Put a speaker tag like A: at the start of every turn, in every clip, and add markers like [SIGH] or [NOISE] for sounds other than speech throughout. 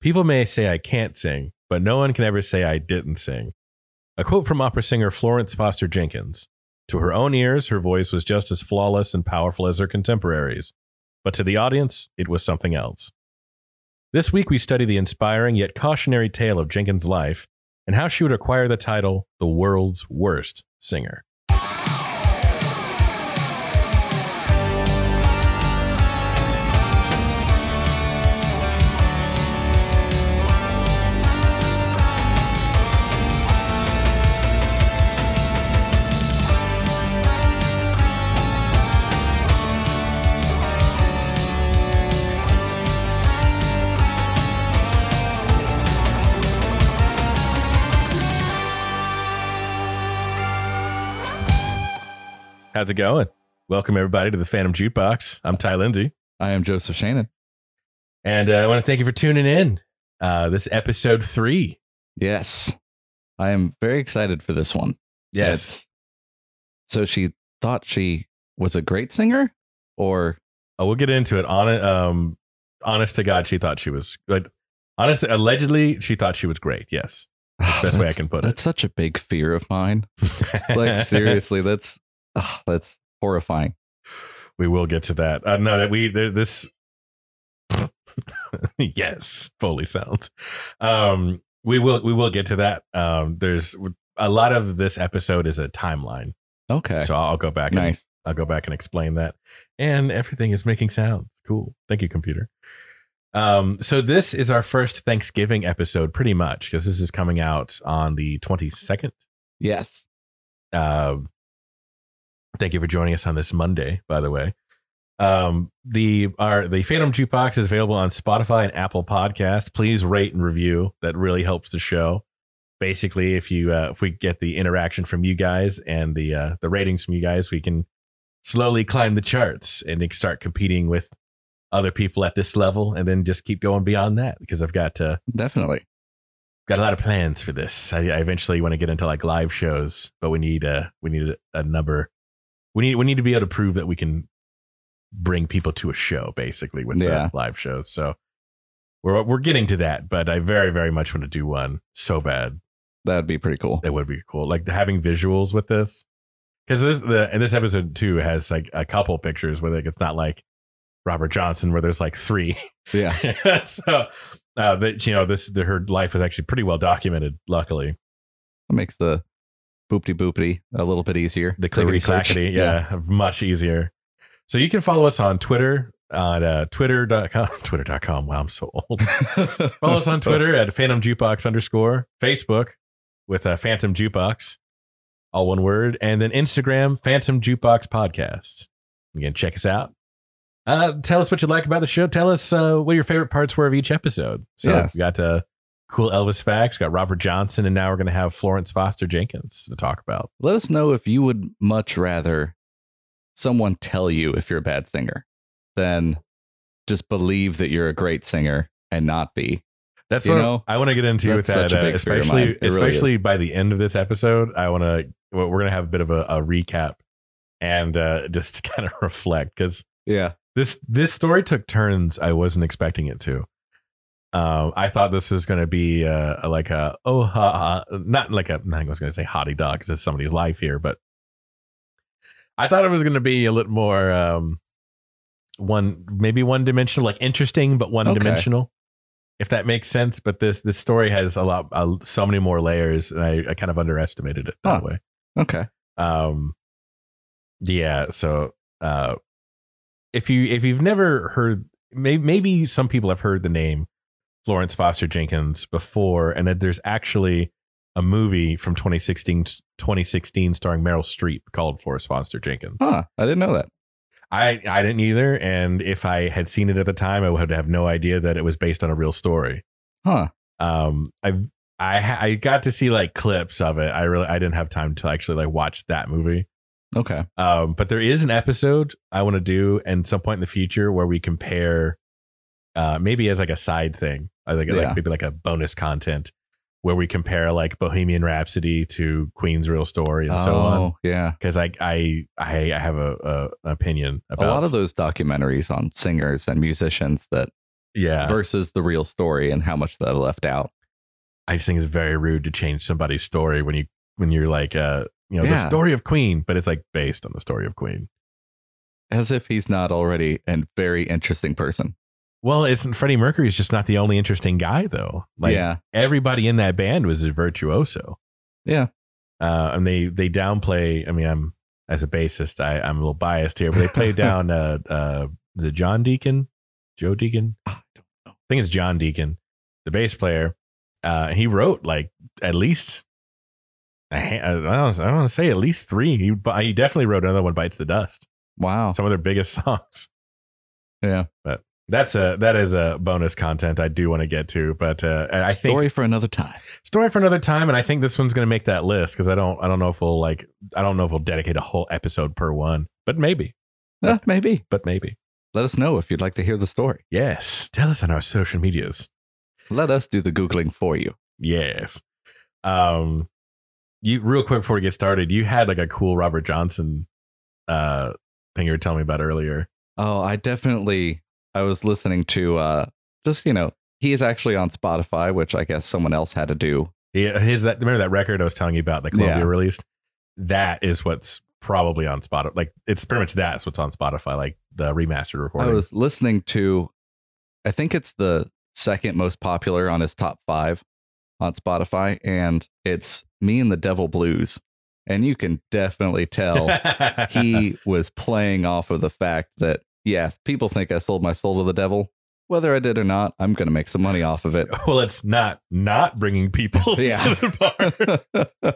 A: People may say I can't sing, but no one can ever say I didn't sing. A quote from opera singer Florence Foster Jenkins To her own ears, her voice was just as flawless and powerful as her contemporaries, but to the audience, it was something else. This week, we study the inspiring yet cautionary tale of Jenkins' life and how she would acquire the title The World's Worst Singer. How's it going? Welcome, everybody, to the Phantom Jukebox. I'm Ty Lindsay,
B: I am Joseph Shannon.
A: and uh, I want to thank you for tuning in. Uh, this is episode three.
B: Yes. I am very excited for this one. It's- So she thought she was a great singer or
A: Oh, we'll get into it. On um, honest to God, she thought she was like, honest. Allegedly, she thought she was great. Yes,
B: ah, that's
A: best way I can put it.
B: That's such a big fear of mine.
A: [LAUGHS]
B: Like seriously, that's ah, that's horrifying.
A: we will get to that. Uh, no, that we there, this. [LAUGHS] yes, Foley sounds. Um, we will we will get to that. Um, there's a lot of this episode is a timeline,
B: Okay.
A: so I'll go back. And,
B: nice.
A: I'll go back and explain that. And everything is making sounds. Cool. Thank you, computer. Um, so this is our first Thanksgiving episode, pretty much, because this is coming out on the twenty second.
B: Yes.
A: Um, thank you for joining us on this Monday, by the way. Um, the our the Phantom Jukebox is available on Spotify and Apple Podcasts. Please rate and review. That really helps the show. Basically, if you uh, if we get the interaction from you guys and the uh, the ratings from you guys, we can slowly climb the charts and then start competing with other people at this level, and then just keep going beyond that. Because I've got uh,
B: Definitely.
A: got a lot of plans for this. I, I eventually want to get into like live shows, but we need a we need a, a number. We need we need to be able to prove that we can bring people to a show, basically with
B: Yeah.
A: the live shows. So we're we're getting to that, but I very very much want to do one so bad.
B: That'd be pretty cool.
A: That would be cool. Like having visuals with this, because this the and this episode too has like a couple pictures where like it's not like Robert Johnson where there's like three.
B: Yeah.
A: [LAUGHS] so uh, that you know this the, her life is actually pretty well documented. Luckily.
B: That makes the boopty boopity a little bit easier.
A: the clickety
B: research.
A: clackety,
B: [LAUGHS]
A: yeah, much easier. So you can follow us on Twitter on uh, [LAUGHS] twitter.com, twitter.com. Wow, I'm so old. Follow
B: [LAUGHS]
A: us on Twitter at phantom jukebox underscore, Facebook with uh, phantom jukebox, all one word, and then Instagram, phantom jukebox podcast. You can check us out. Uh, tell us what you like about the show. Tell us uh, what your favorite parts were of each episode. So
B: Yes.
A: we got uh, cool Elvis facts, got Robert Johnson, and now we're going to have Florence Foster Jenkins to talk about.
B: Let us know if you would much rather someone tell you if you're a bad singer than just believe that you're a great singer and not be.
A: That's
B: You
A: what
B: know?
A: I want to get into with
B: That's
A: that,
B: such a
A: uh,
B: big fear of
A: especially
B: mine. It really
A: especially by the end of this episode. I want to well, we're gonna have a bit of a, a recap and uh, just [LAUGHS] kind of reflect because
B: Yeah.
A: this this story took turns I wasn't expecting it to. Um, I thought this was gonna be uh, like a oh ha, ha not like a I was gonna say hottie dog because it's somebody's life here, but I thought it was gonna be a little more um, one maybe one dimensional, like interesting but one
B: Okay.
A: dimensional, if that makes sense. But this this story has a lot uh, so many more layers, and I, I kind of underestimated it that
B: Huh.
A: way
B: Okay.
A: um yeah so uh if you if you've never heard maybe, maybe some people have heard the name florence foster jenkins before and that there's actually a movie from 2016 2016 starring meryl streep called florence foster jenkins
B: Huh. I didn't know that.
A: i i didn't either and if i had seen it at the time i would have no idea that it was based on a real story
B: Huh.
A: um i i ha- i got to see like clips of it i really i didn't have time to actually like watch that movie
B: Okay.
A: um, but there is an episode I want to do at some point in the future where we compare, uh, maybe as like a side thing, I think
B: Yeah.
A: like maybe like a bonus content where we compare like Bohemian Rhapsody to Queen's Real Story and so on.
B: Oh, yeah.
A: Because I I I I have a, a an opinion
B: A
A: about
B: lot of those documentaries on singers and musicians that
A: Yeah.
B: versus the real story and how much they left out.
A: I just think it's very rude to change somebody's story when you when you're like uh you know the
B: Yeah.
A: story of Queen, but it's like based on the story of Queen.
B: As if he's not already a very interesting person.
A: Well, it's Freddie Mercury's just not the only interesting guy though. Like
B: yeah.
A: everybody in that band was a virtuoso.
B: Yeah.
A: Uh, and they they downplay. I mean, I'm as a bassist, I I'm a little biased here, but they
B: [LAUGHS]
A: play down uh uh the John Deacon, Joe Deacon.
B: I don't know.
A: I think it's John Deacon, the bass player. Uh, he wrote like at least. a ha- I don't, I don't want to say at least three. He, but he definitely wrote another one, "Bites the Dust."
B: Wow.
A: Some of their biggest [LAUGHS] songs.
B: Yeah.
A: That's a that is a bonus content I do want to get to, but uh, I think
B: Story for another time.
A: story for another time and i think this one's going to make that list because i don't i don't know if we'll like i don't know if we'll dedicate a whole episode per one but maybe
B: Eh, maybe.
A: but maybe
B: Let us know if you'd like to hear the story.
A: yes tell us on our social medias
B: Let us do the Googling for you.
A: yes um you real quick before we get started you had like a cool robert johnson uh thing you were telling me about earlier
B: Oh, I definitely I was listening to uh just, you know, he is actually on Spotify, which I guess someone else had to do.
A: he, his that remember that record i was telling you about that columbia
B: Yeah.
A: released that is what's probably on spotify like it's pretty much that's what's on spotify like the remastered recording
B: I was listening to I think it's the second most popular on his top 5 on Spotify and it's Me and the Devil Blues. And you can definitely tell Oh, [LAUGHS]
A: [LAUGHS]
B: he was playing off of the fact that yeah, people think I sold my soul to the devil. Whether I did or not, I'm going to make some money off of it.
A: [LAUGHS] well, it's not not bringing people [LAUGHS]
B: Yeah.
A: to the
B: [LAUGHS]
A: bar.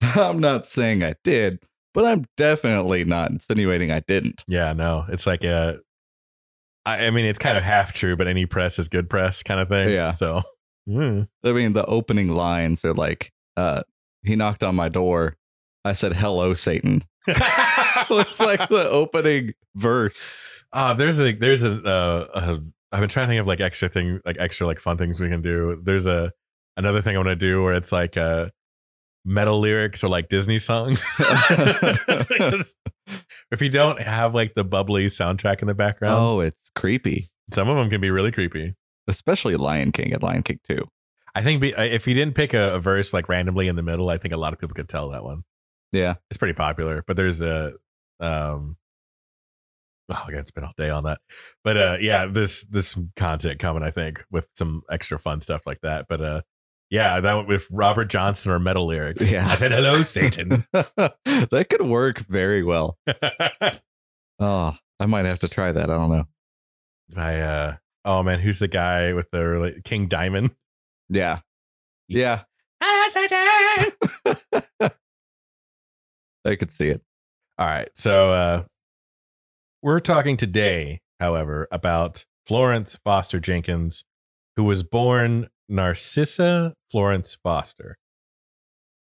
B: I'm not saying I did, but I'm definitely not insinuating I didn't.
A: Yeah, no, it's like a. I, I mean, it's kind of half true, but any press is good press, kind of thing.
B: Yeah. Hmm.
A: So, [LAUGHS] mm.
B: I mean, the opening lines are like, uh, he knocked on my door. I said, hello, Satan. [LAUGHS] it's like the opening verse.
A: uh, there's a there's a, uh, a I've been trying to think of like extra thing like extra like fun things we can do. There's a another thing I want to do where it's like uh metal lyrics or like Disney
B: [LAUGHS]
A: songs. [LAUGHS] Because if you don't have like the bubbly soundtrack in the background,
B: Oh, it's creepy,
A: some of them can be really creepy.
B: especially Lion King and Lion King 2.
A: I think be, uh, if you didn't pick a, a verse like randomly in the middle, I think a lot of people could tell that one.
B: Yeah.
A: It's pretty popular, but there's a um oh god, it's been all day on that. But uh yeah, this this content coming I think with some extra fun stuff like that. But uh yeah, that one with Robert Johnson or metal lyrics.
B: Yeah.
A: I said hello Oh,
B: [LAUGHS]
A: Satan. [LAUGHS]
B: that could work very well.
A: I
B: Oh, I might have to try that. I don't know.
A: uh oh man, who's the guy with the rela- King Diamond?
B: Yeah. [LAUGHS] Yeah. I could see it.
A: All right. So uh, we're talking today, however, about Florence Foster Jenkins, who was born Narcissa Florence Foster.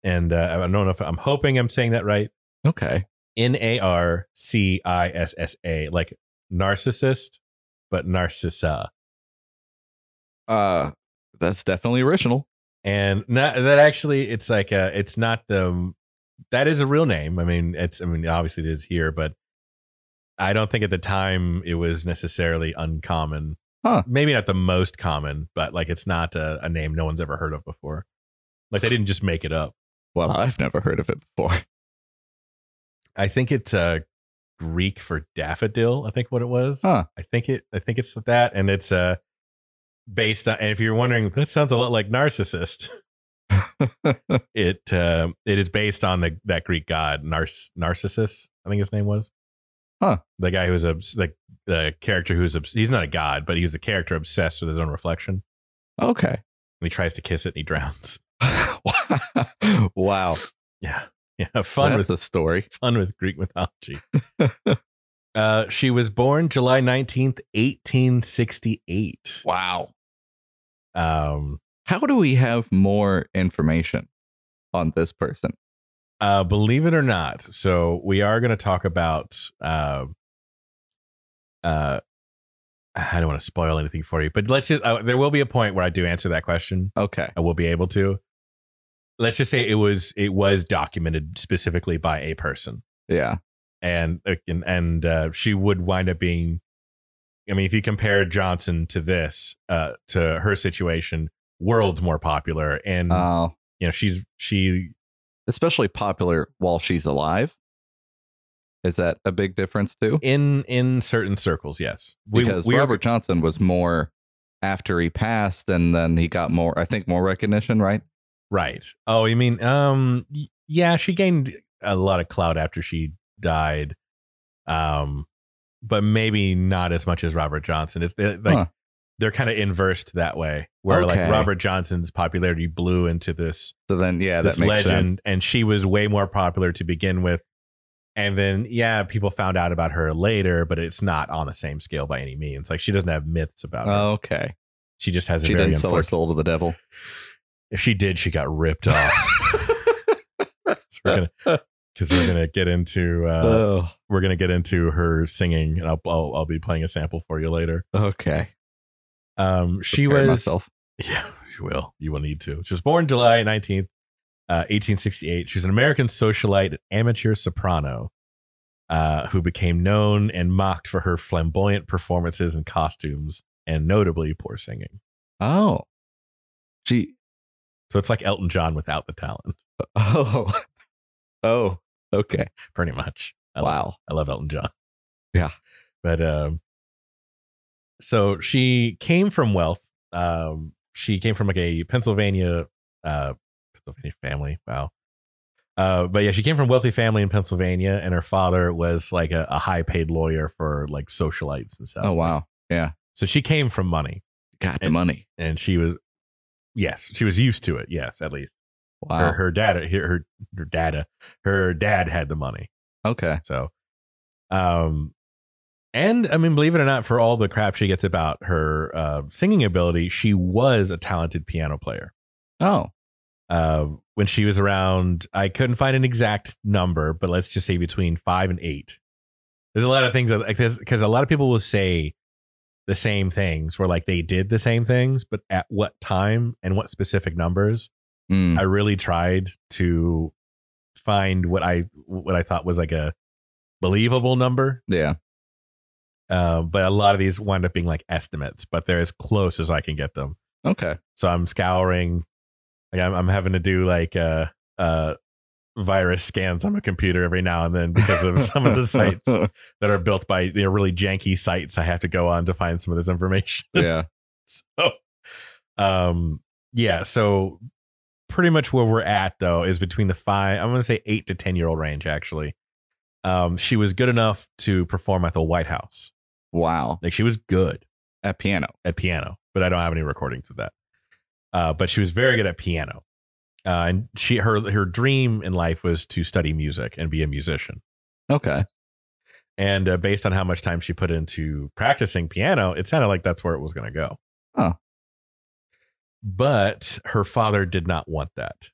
A: And uh, I don't know if I'm hoping I'm saying that right.
B: Okay.
A: N A R C I S S A, like narcissist, but Narcissa.
B: Uh that's definitely original.
A: And not, that actually, it's like, uh, it's not the, that is a real name. I mean, it's, I mean, obviously it is here, but I don't think at the time it was necessarily uncommon.
B: Huh.
A: Maybe not the most common, but like it's not a, a name no one's ever heard of before. Like they didn't just make it up.
B: Well, I've never heard of it before.
A: I think it's uh, Greek for daffodil. I think what it was.
B: Huh.
A: I think it. I think it's that, and it's uh, based on. And if you're wondering, that sounds a lot like narcissist. it uh, it is based on the that Greek god Nars Narcissus. I think his name was.
B: Huh.
A: The guy who was obs- the the character who's obs- he's not a god, but he's the character obsessed with his own reflection.
B: Okay.
A: And he tries to kiss it and he drowns.
B: [LAUGHS]
A: [LAUGHS]
B: wow.
A: Yeah. Yeah. Fun with
B: that's a story.
A: fun with Greek
B: [LAUGHS]
A: mythology. uh, she was born July 19th, 1868.
B: Wow.
A: Um,
B: How do we have more information on this person?
A: uh, believe it or not, so we are going to talk about. Uh, uh, I don't want to spoil anything for you, but let's just. Uh, there will be a point where I do answer that question.
B: Okay.
A: I will be able to. Let's just say it was it was documented specifically by a person.
B: Yeah.
A: and and, and uh, she would wind up being I mean, if you compare Johnson to this, uh, to her situation, World's more popular, and
B: Uh,
A: you know she's she
B: especially popular while she's alive. Is that a big difference too?
A: in in certain circles. Yes,
B: because Robert Johnson was more after he passed, and then he got more. I think more recognition, right?
A: Right. Oh, you mean um y- yeah, she gained a lot of clout after she died. Um but maybe not as much as Robert Johnson. It's they're, like
B: Huh.
A: they're kind of inversed that way where
B: Okay.
A: like Robert Johnson's popularity blew into this
B: So then, yeah,
A: this
B: that makes
A: legend
B: sense.
A: and she was way more popular to begin with. And then yeah, people found out about her later, but it's not on the same scale by any means. Like she doesn't have myths about her.
B: Okay,
A: She just has a
B: Oh. she
A: very
B: didn't sell her
A: unfortunate-
B: soul to the devil.
A: if she did, she got ripped off. So we're gonna because we're gonna get into uh,
B: oh,
A: we're gonna get into her singing, and I'll, I'll I'll be playing a sample for you later.
B: okay.
A: Um, she
B: Prepare
A: was
B: myself.
A: [LAUGHS] yeah, you will you will need to. She was born July nineteenth, uh, eighteen sixty eight. She's an American socialite, and amateur soprano, uh, who became known and mocked for her flamboyant performances and costumes, and notably poor singing.
B: Oh, she. [LAUGHS]
A: So it's like Elton John without the talent, [LAUGHS]
B: Oh, oh, okay.
A: pretty much. I love
B: Wow.
A: I love Elton John.
B: Yeah.
A: But um so she came from wealth. Um she came from like a Pennsylvania uh Pennsylvania family. Wow. Uh but yeah, she came from a wealthy family in Pennsylvania and her father was like a, a high paid lawyer for like socialites and stuff.
B: Oh, wow.
A: So she came from money
B: Got the
A: And-
B: money.
A: and she was yes, she was used to it. Yes, at least.
B: Wow.
A: Her her dad her her- her dad her dad had the money.
B: okay.
A: So, um, and I mean, believe it or not, for all the crap she gets about her uh, singing ability, she was a talented piano player.
B: Oh,
A: Uh, when she was around, I couldn't find an exact number, but let's just say between five and eight. There's a lot of things because because a lot of people will say the same things where like they did the same things, but at what time and what specific numbers.
B: mm,
A: I really tried to find what I what I thought was like a believable number,
B: yeah.
A: uh, but a lot of these wind up being like estimates, but they're as close as I can get them.
B: Okay.
A: So I'm scouring, like I'm, I'm having to do like uh, uh, virus scans on my computer every now and then because of some
B: [LAUGHS]
A: of the sites that are built by they're really janky sites. I have to go on to find some of this information. [LAUGHS]
B: yeah.
A: So, um, yeah. So, pretty much where we're at though is between the five. I'm going to say eight to ten year old range actually. Um, she was good enough to perform at the White House.
B: Wow.
A: Like she was good
B: At piano.
A: at piano, but I don't have any recordings of that. Uh, but she was very good at piano, uh, and she her her dream in life was to study music and be a musician.
B: Okay.
A: And uh, based on how much time she put into practicing piano, it sounded like that's where it was going to go.
B: Huh.
A: But her father did not want that.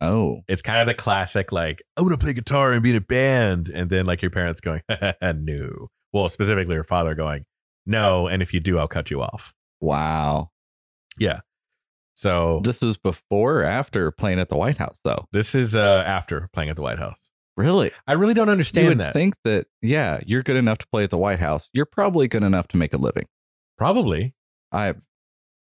B: Oh.
A: It's kind of the classic, like, I want to play guitar and be in a band. And then, like, your parents going, [LAUGHS] no. Well, specifically, her father going, no. And if you do, I'll cut you off.
B: Wow.
A: So
B: This was before or after playing at the White House, though.
A: this is uh, after playing at the White House.
B: Really?
A: I really don't
B: You would
A: understand that.
B: think that, yeah, you're good enough to play at the White House. You're probably good enough to make a living.
A: Probably.
B: I'm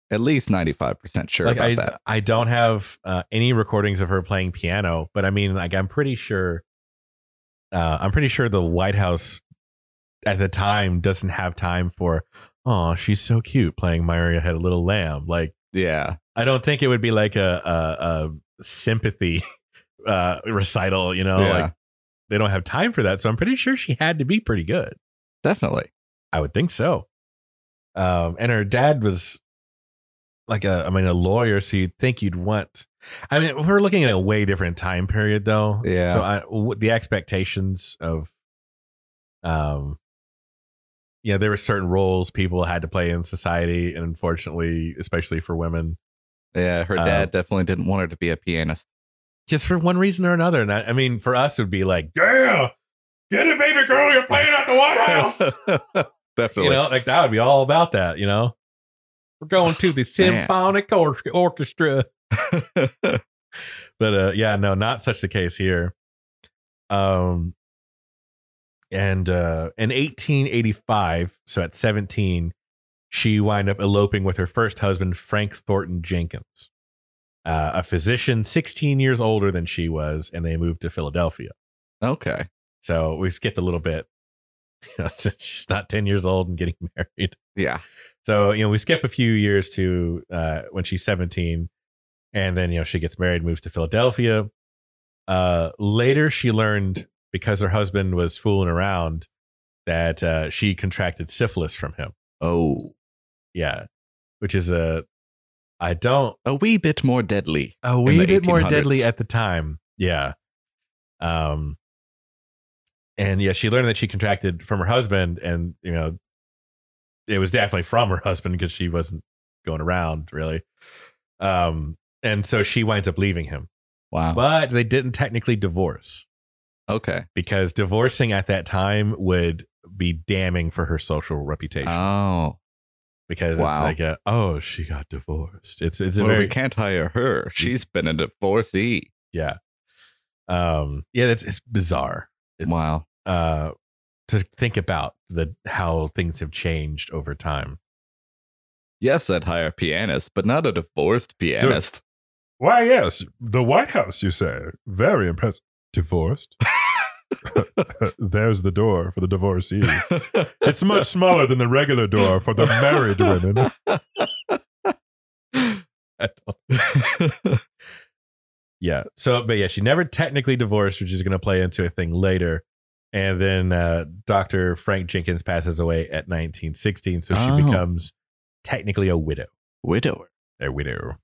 B: at least 95% sure
A: like
B: about
A: I,
B: that.
A: I don't have uh, any recordings of her playing piano, but I mean, like I'm pretty sure, uh, I'm pretty sure the White House at the time doesn't have time for, oh, she's so cute playing Maria had a little lamb. Like
B: Yeah.
A: I don't think it would be like a a, a sympathy [LAUGHS] uh, recital, you know?
B: Yeah.
A: Like they don't have time for that, so I'm pretty sure she had to be pretty good.
B: Definitely.
A: I would think so. Um, and her dad was like a, I mean, a lawyer, so you'd think you'd want. I mean, we're looking at a way different time period, though.
B: Yeah.
A: So I, w- the expectations of, um, yeah, there were certain roles people had to play in society, and unfortunately, especially for women,
B: Yeah. Her
A: Uh,
B: dad definitely didn't want her to be a pianist.
A: just for one reason or another. And I, I mean, for us, it would be like, yeah, get it, baby girl, you're playing at the White House.
B: definitely.
A: you know, like that would be all about that, you know. We're going to the symphonic or- orchestra. But uh yeah, no, not such the case here. Um and uh, in 1885, so at 17, she wound up eloping with her first husband, Frank Thornton Jenkins, uh, a physician 16 years older than she was, and they moved to Philadelphia.
B: Okay.
A: So we skipped a little bit. [LAUGHS] You know, since she's not 10 years old and getting [LAUGHS] married.
B: Yeah.
A: So, you know, we skip a few years to uh, when she's 17. And then, you know, she gets married, moves to Philadelphia. Uh, later, she learned because her husband was fooling around that uh, she contracted syphilis from him.
B: Oh,
A: Yeah. Which is a, I don't,
B: a wee bit more deadly.
A: a wee
B: the
A: bit more deadly
B: 1800s.
A: at the time. Yeah. Um, and yeah, she learned that she contracted from her husband, and you know, it was definitely from her husband because she wasn't going around really. Um, and so she winds up leaving him,
B: Wow.
A: but they didn't technically divorce
B: okay.
A: because divorcing at that time would be damning for her social reputation
B: Oh,
A: because it's
B: wow.
A: like a, oh she got divorced it's it's a
B: well,
A: very
B: we can't hire her. She's been a divorcee.
A: yeah um yeah that's it's bizarre It's-
B: wow.
A: uh to think about the how things have changed over time
B: Yes, I'd hire a pianist, but not a divorced
A: [LAUGHS]
B: pianist. [LAUGHS]
A: why yes the white house you say very impressive [LAUGHS] divorced there's the door for the divorcees it's much smaller than the regular door for the married [LAUGHS] women [LAUGHS] yeah so but yeah she never technically divorced which is going to play into a thing later and then uh, dr frank jenkins passes away at 1916 so she
B: Oh.
A: becomes technically a widow
B: [LAUGHS] Widower.
A: a widow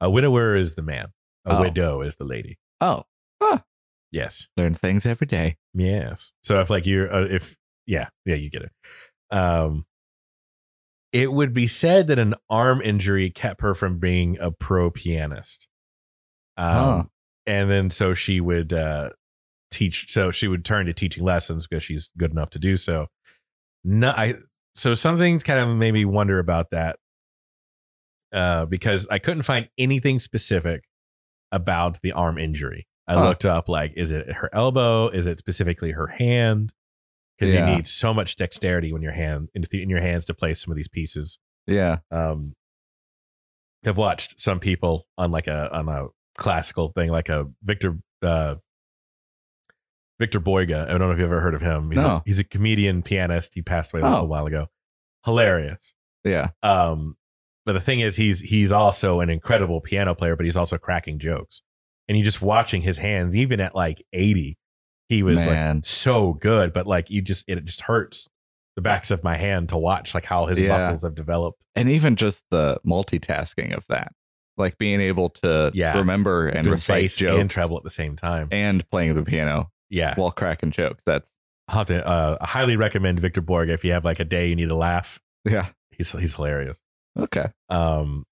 A: a widower is the man a
B: Oh.
A: widow is the lady
B: Oh,
A: yes
B: learn things every day.
A: yes so if like you're uh, if yeah yeah you get it um it would be said that an arm injury kept her from being a pro pianist um
B: Huh.
A: and then so she would uh teach so she would turn to teaching lessons because she's good enough to do so no i so some things kind of made me wonder about that uh because i couldn't find anything specific about the arm injury i
B: Huh.
A: looked up like is it her elbow is it specifically her hand because
B: Yeah.
A: you need so much dexterity when your hand in, in your hands to play some of these pieces
B: Yeah.
A: um have watched some people on like a on a classical thing like a victor uh victor boyga i don't know if you've ever heard of him he's, a,
B: No.
A: he's a comedian pianist he passed away a
B: Oh.
A: little while ago hilarious
B: Yeah.
A: um but the thing is he's he's also an incredible piano player but he's also cracking jokes and you just watching his hands even at like 80 he was like
B: Man.
A: so good, but like you just it just hurts the backs of my hand to watch like how his
B: Yeah.
A: muscles have developed.
B: and even just the multitasking of that, like being able to
A: Yeah.
B: remember and
A: Doing
B: recite
A: bass
B: jokes
A: and treble at the same time.
B: and playing the piano
A: yeah.
B: while cracking jokes. That's
A: I'll have to, uh, I highly recommend Victor Borg if you have like a day you need to laugh.
B: yeah.
A: He's he's hilarious.
B: Okay.
A: Um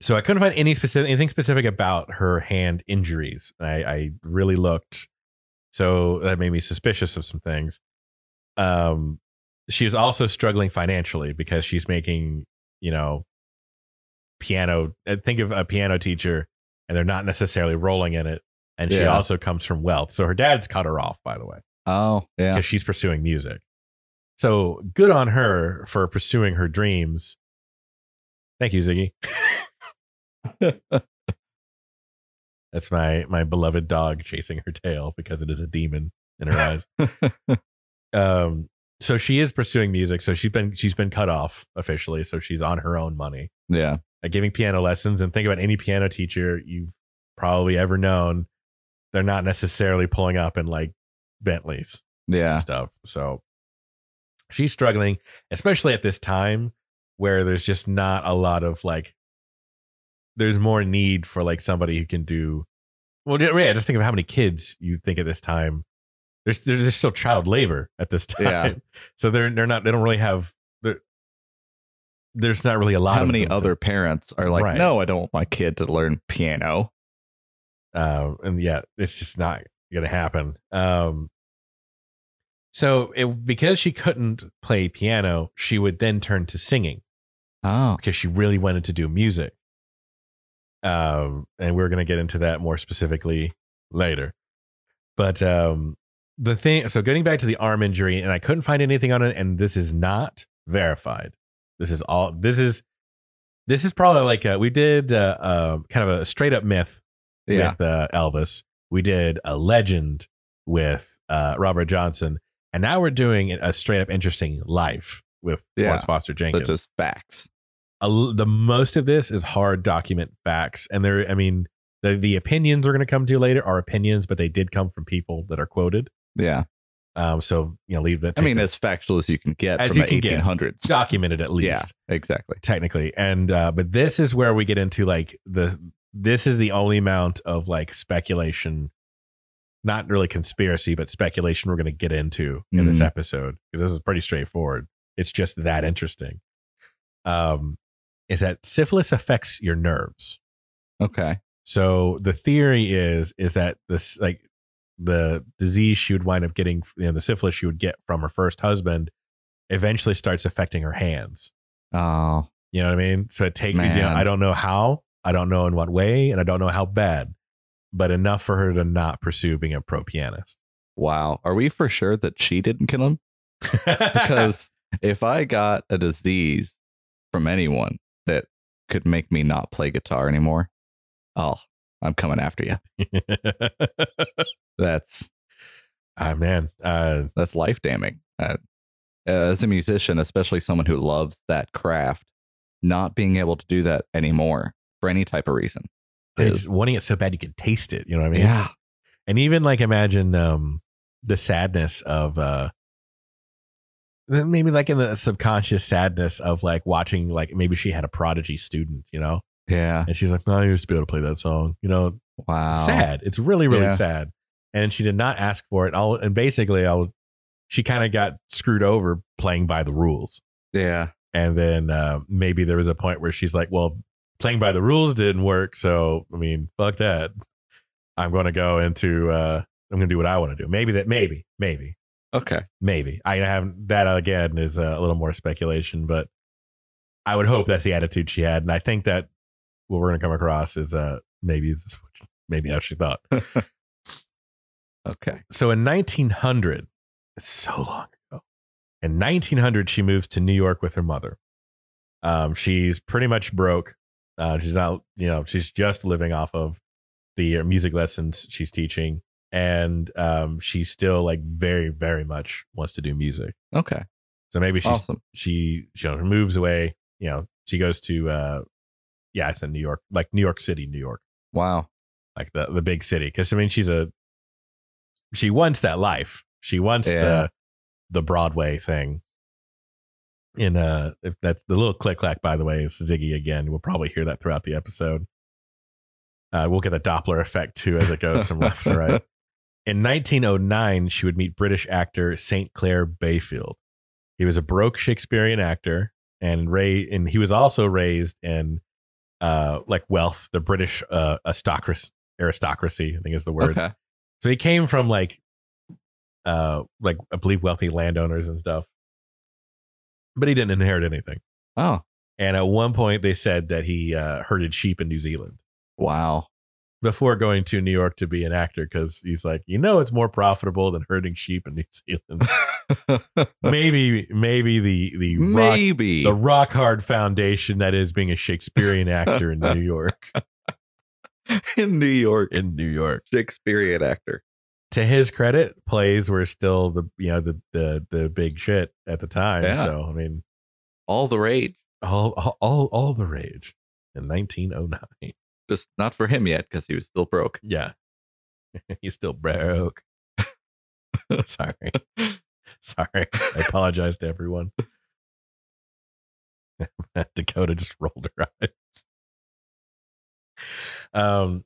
A: so I couldn't find any specific anything specific about her hand injuries. I, I really looked. So that made me suspicious of some things. Um she is also struggling financially because she's making, you know, piano uh, think of a piano teacher and they're not necessarily rolling in it. And she
B: Yeah.
A: also comes from wealth. So her dad's cut her off, by the way
B: Oh, yeah.
A: because she's pursuing music. So good on her for pursuing her dreams. Thank you, Ziggy. That's my my beloved dog chasing her tail because it is a demon in her eyes. Um, so she is pursuing music. So she's been she's been cut off officially. So she's on her own money
B: Yeah.
A: uh, giving piano lessons and think about any piano teacher you've probably ever known they're not necessarily pulling up in like bentleys and
B: Yeah.
A: stuff. So she's struggling, especially at this time where there's just not a lot of like, there's more need for like somebody who can do. Well, ju- yeah, just think of how many kids you think at this time. There's there's just still child labor at this time, [LAUGHS]
B: Yeah.
A: so they're they're not they don't really have they're- there's not really a lot.
B: How
A: of
B: many
A: them to-
B: other parents are like,
A: Right.
B: no, I don't want my kid to learn piano?
A: uh, and yeah, it's just not gonna happen. Um, so it, because she couldn't play piano, she would then turn to singing
B: Oh,
A: because she really wanted to do music. Um, and we're gonna get into that more specifically later. But um, the thing so getting back to the arm injury and i couldn't find anything on it and this is not verified this is all this is this is probably like uh we did uh, uh kind of a straight up myth
B: Yeah.
A: with uh, elvis we did a legend with uh robert johnson and now we're doing a straight up interesting life with
B: Yeah.
A: Florence Foster Jenkins.
B: But just facts.
A: a l the most of this is hard document facts and there i mean the, the opinions we're going to come to later are opinions but they did come from people that are quoted
B: Yeah.
A: um so you know leave that
B: I
A: take
B: mean,
A: that
B: as factual as you can get
A: As
B: from
A: you
B: the
A: can get.
B: 1800s.
A: documented at least
B: Yeah. Exactly.
A: technically and uh but this is where we get into like the this is the only amount of like speculation not really conspiracy but speculation we're going to get into in this
B: Mhm.
A: episode because this is pretty straightforward it's just that interesting um is that syphilis affects your nerves
B: Okay.
A: So the theory is is that this like the disease she would wind up getting, you know, the syphilis she would get from her first husband, eventually starts affecting her hands.
B: Oh,
A: You know what I mean? So it takes. You know,
B: Man.
A: I don't know how, I don't know in what way, and I don't know how bad, but enough for her to not pursue being a pro pianist.
B: wow. Are we for sure that she didn't kill him? Because if I got a disease from anyone that could make me not play guitar anymore, oh, I'm coming after you. That's
A: [LAUGHS] ah man, uh,
B: that's life damning. Uh, as a musician, especially someone who loves that craft, not being able to do that anymore for any type of reason.
A: it's
B: is-
A: wanting it so bad you can taste it. You know what I mean?
B: yeah.
A: and even like imagine um the sadness of uh maybe like in the subconscious sadness of like watching like maybe she had a prodigy student you know
B: Yeah.
A: and she's like no i used to be able to play that song you know
B: Wow.
A: sad it's really really
B: Oh. Yeah.
A: sad and she did not ask for it all and basically all she kind of got screwed over playing by the rules
B: Yeah.
A: and then uh, maybe there was a point where she's like, well, playing by the rules didn't work. So, I mean, fuck that. I'm going to go into, uh, I'm going to do what I want to do. Maybe that, maybe, maybe,
B: Okay.
A: maybe. I haven't, that again is uh, a little more speculation, but I would hope that's the attitude she had. And I think that what we're going to come across is uh, maybe, this is what- maybe how she thought.
B: Okay.
A: so in 1900, it's so long ago. In 1900, she moves to New York with her mother. Um, she's pretty much broke. Uh, she's not, you know, she's just living off of the uh, music lessons she's teaching, and um, she still like very, very much wants to do music.
B: Okay.
A: So maybe she's
B: Awesome.
A: she she you know, moves away. You know, she goes to uh, yeah, it's in New York, like New York City, New York
B: Wow.
A: like the the big city because i mean she's a she wants that life she wants
B: Yeah.
A: the the broadway thing in uh if that's the little click clack by the way is ziggy again we'll probably hear that throughout the episode uh we'll get the doppler effect too as it goes from left to right in 1909 she would meet british actor st clair bayfield he was a broke shakespearean actor and ray and he was also raised in uh like wealth the british uh aristocracy aristocracy i think is the word
B: Okay.
A: so he came from like uh like i believe wealthy landowners and stuff but he didn't inherit anything
B: Oh,
A: and at one point they said that he uh herded sheep in new zealand
B: wow. [LAUGHS]
A: before going to new york to be an actor because he's like you know it's more profitable than herding sheep in new [LAUGHS] zealand maybe maybe the the rock
B: Maybe.
A: the rock hard foundation that is being a shakespearean actor in new york
B: in [LAUGHS] New York,
A: in new york
B: Shakespearean actor.
A: to his credit, plays were still the you know the the the big shit at the time.
B: Yeah.
A: So I mean,
B: All the rage.
A: all all all, all the rage in [LAUGHS] 1909.
B: Just not for him yet because he was still broke. [LAUGHS]
A: Yeah, he's still broke. Sorry, sorry. I apologize to everyone. [LAUGHS] Dakota just rolled her eyes. Um.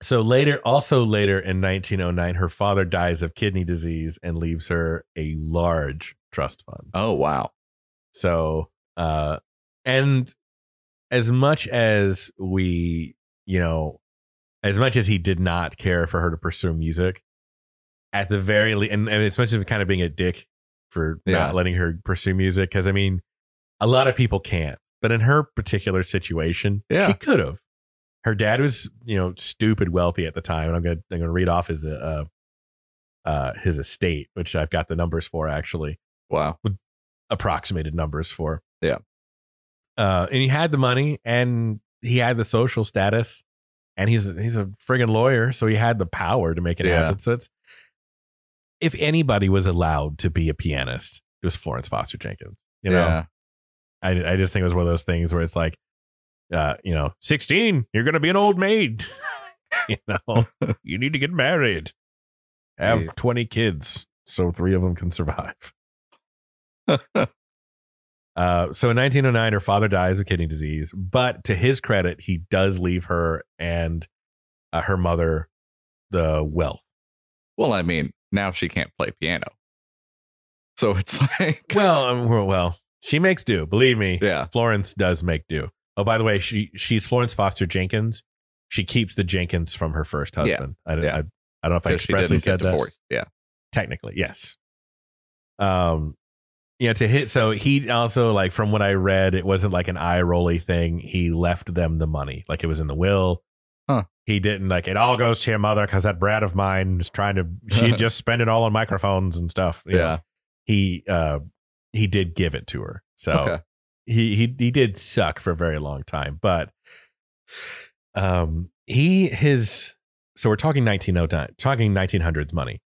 A: So later, also later in 1909, her father dies of kidney disease and leaves her a large trust fund.
B: Oh, wow.
A: So, uh, and as much as we, you know, as much as he did not care for her to pursue music, at the very least, and, and as much as kind of being a dick for
B: Yeah.
A: not letting her pursue music, because I mean, a lot of people can't, but in her particular situation,
B: Yeah.
A: she could have. Her dad was, you know, stupid wealthy at the time, and I'm gonna I'm gonna read off his uh, uh, his estate, which I've got the numbers for actually,
B: Wow.
A: approximated numbers for.
B: Yeah.
A: Uh, and he had the money and he had the social status and he's he's a friggin' lawyer, so he had the power to make it
B: Yeah.
A: happen. So it's if anybody was allowed to be a pianist, it was Florence Foster Jenkins. You know,
B: yeah.
A: I, I just think it was one of those things where it's like, uh, you know, 16, you're going to be an old maid. [LAUGHS] you know, you need to get married, have
B: Jeez.
A: 20 kids so three of them can survive. Uh, so in 1909, her father dies of kidney disease, but to his credit, he does leave her and uh, her mother the wealth.
B: Well, I mean, now she can't play piano. So it's [LAUGHS] like,
A: Well, um, well, well, she makes do, believe me.
B: yeah.
A: Florence does make do. Oh, by the way, she she's Florence Foster Jenkins. She keps the Jenkins from her first
B: Yeah.
A: husband. I, don't-
B: Yeah.
A: I, I don't know if I
B: 'cause she
A: expressly
B: didn't get
A: said that.
B: divorced. Yeah.
A: Technically, yes. Um, yeah. To hit, so he also like from what I read, it wasn't like an eye rolly thing. He left them the money, like it was in the will.
B: Huh.
A: He didn't like it. All goes to your mother because that brat of mine is trying to.
B: [LAUGHS]
A: She just spent it all on microphones and stuff. you know.
B: Yeah.
A: He uh, he did give it to her. So
B: Okay.
A: he he he did suck for a very long time, but um he his so we're talking 1909 talking 1900s money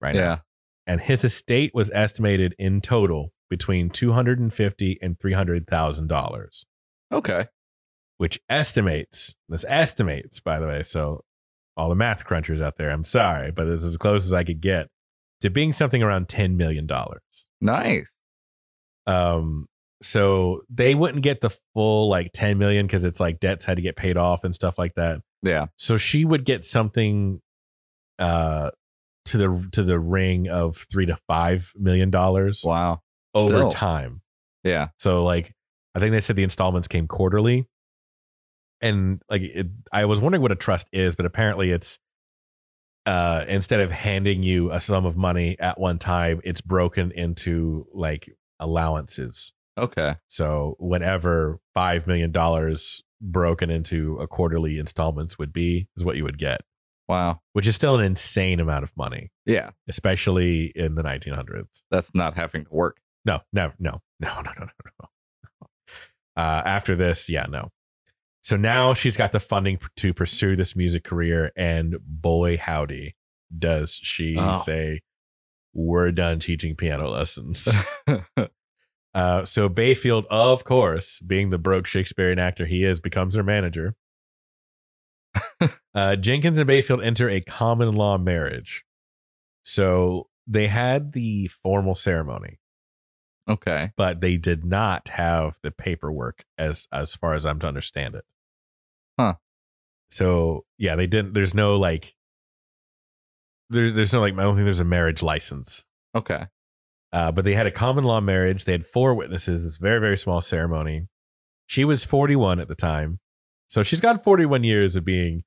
A: right now
B: Yeah.
A: and his estate was estimated in total between 250 and 300,000 dollars
B: Okay.
A: which estimates this estimates by the way so all the math crunchers out there I'm sorry but this is as close as I could get to being something around 10 million dollars
B: Nice.
A: um so they wouldn't get the full like 10 million because it's like debts had to get paid off and stuff like that
B: Yeah.
A: so she would get something uh to the to the ring of three to five million dollars
B: Wow.
A: over
B: still.
A: time
B: Yeah.
A: so like i think they said the installments came quarterly and like it, i was wondering what a trust is but apparently it's uh instead of handing you a sum of money at one time it's broken into like allowances
B: Okay.
A: so whatever five million dollars broken into a quarterly installments would be is what you would get,
B: Wow.
A: which is still an insane amount of money,
B: Yeah.
A: especially in the 1900s.
B: That's not having to work.
A: No, no, no, [LAUGHS] no, no, no, no, no. Uh, after this, yeah, no. So now she's got the funding p- to pursue this music career, and boy, howdy, does she
B: Oh.
A: say, "We're done teaching piano lessons." Uh, so Bayfield, of course, being the broke Shakespearean actor he is, becomes her manager. uh, Jenkins and Bayfield enter a common law marriage. So they had the formal ceremony,
B: okay.
A: but they did not have the paperwork as as far as I'm to understand it.
B: Huh.
A: So yeah, they didn't there's no like there's there's no like I don't think there's a marriage license
B: Okay.
A: uh, but they had a common law marriage. They had four witnesses. It's a very, very small ceremony. She was 41 at the time. So she's got 41 years of being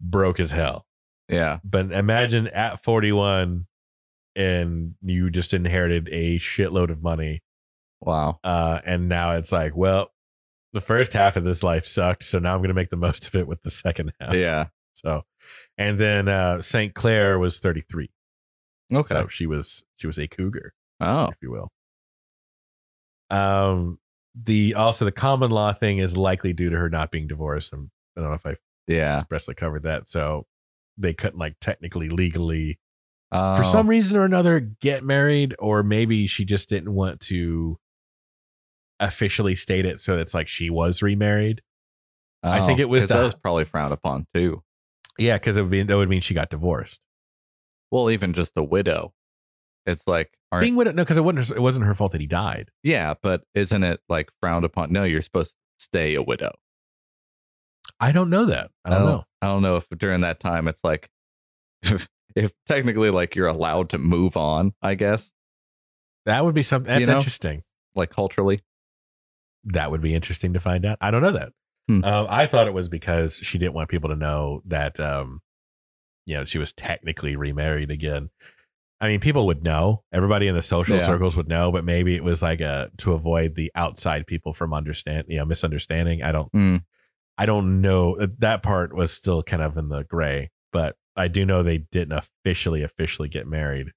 A: broke as hell.
B: Yeah.
A: But imagine at 41 and you just inherited a shitload of money.
B: Wow.
A: Uh, and now it's like, well, the first half of this life sucked. So now I'm going to make the most of it with the second [LAUGHS] half.
B: Yeah.
A: So, and then uh, St. Clair was 33.
B: Okay.
A: So she was, she was a cougar
B: oh.
A: if you will. Um, the also the common law thing is likely due to her not being divorced. I'm, I don't know if I
B: Yeah.
A: expressly covered that, so they couldn't like technically legally
B: Oh.
A: for some reason or another get married, or maybe she just didn't want to officially state it, so it's like she was remarried. I think
B: Oh,
A: it was
B: 'cause
A: the-
B: that was probably frowned upon too.
A: Yeah, because it would be that would mean she got divorced.
B: Well, even just a widow. It's like, aren't,
A: Being widowed, no, because it wasn't her, it wasn't her fault that he died.
B: yeah, but isn't it like frowned upon? No, you're supposed to stay a widow.
A: I don't know that. I don't know.
B: I don't know if during that time it's like, [LAUGHS] if, technically like you're allowed to move on, I guess,
A: That would be something that's
B: know?
A: interesting.
B: like culturally.
A: that would be interesting to find out. I don't know that.
B: Hmm.
A: Um, I thought it was because she didn't want people to know that, um, you know, she was technically remarried again. I mean, people would know. Everybody in the social
B: Yeah.
A: circles would know, but maybe it was like a to avoid the outside people from understand, you know, misunderstanding. I don't, Uh,
B: Mm.
A: I don't know. That part was still kind of in the gray, but I do know they didn't officially officially get married.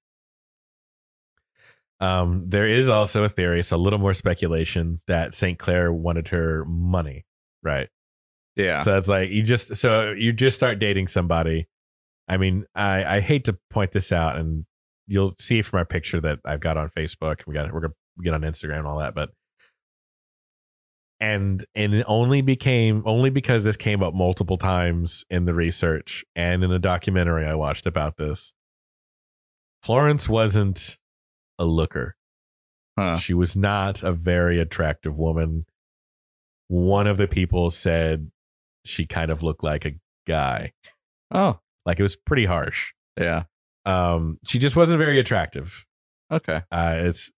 A: Um, there is also a theory, it's a little more speculation that St. Clair wanted her money, right?
B: Yeah.
A: So it's like you just so you just start dating somebody. I mean, I I hate to point this out, and you'll see from our picture that I've got on Facebook. We got we're gonna get on Instagram and all that, but and and it only became only because this came up multiple times in the research and in a documentary I watched about this. Florence wasn't a looker.
B: Huh.
A: She was not a very attractive woman. One of the people said she kind of looked like a guy.
B: Oh,
A: Like it was pretty harsh.
B: yeah.
A: Um, she just wasn't very attractive.
B: Okay.
A: Uh, it's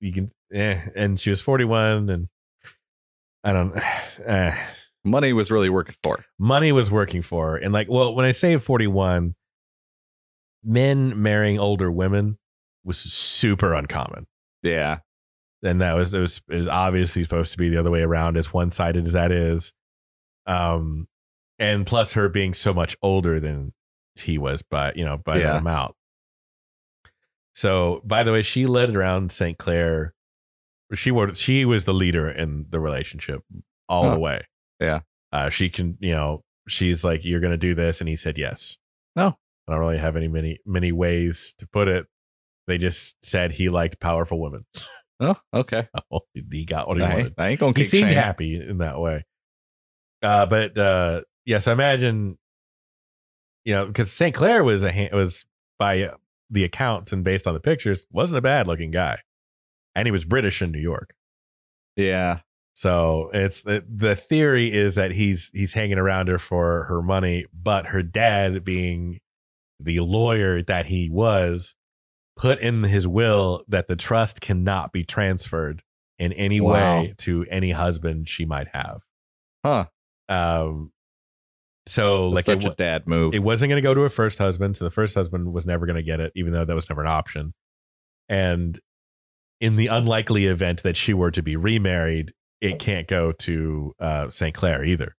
A: you can, eh, and she was forty one, and I don't. [SIGHS] Eh.
B: Money was really working for. her.
A: Money was working for her, and like, well, when I say forty one, men marrying older women was super uncommon.
B: Yeah.
A: and that was it was, it was obviously supposed to be the other way around as one-sided as that is um and plus her being so much older than he was by you know by
B: Yeah.
A: that amount so by the way she led around st clair she was she was the leader in the relationship all
B: Huh.
A: the way
B: Yeah.
A: uh she can you know she's like you're gonna do this and he said yes
B: No.
A: i don't really have any many many ways to put it they just said he liked powerful women
B: Oh, okay.
A: so he got what he
B: I,
A: wanted.
B: I ain't gonna
A: He
B: keep
A: seemed
B: saying-
A: happy in that way. Uh, but uh, yeah, so imagine, you know, because St. Clair was a ha- was by uh, the accounts and based on the pictures wasn't a bad looking guy, and he was British in New York.
B: Yeah.
A: So it's the, the theory is that he's he's hanging around her for her money, but her dad, being the lawyer that he was, put in his will that the trust cannot be transferred in any
B: Wow.
A: way to any husband she might have.
B: Huh.
A: Um, so
B: Like
A: like it,
B: such a
A: wa-
B: dad move.
A: it wasn't going to go to her first husband, so the first husband was never going to get it, even though that was never an option. And in the unlikely event that she were to be remarried, it can't go to uh, St. Clair either.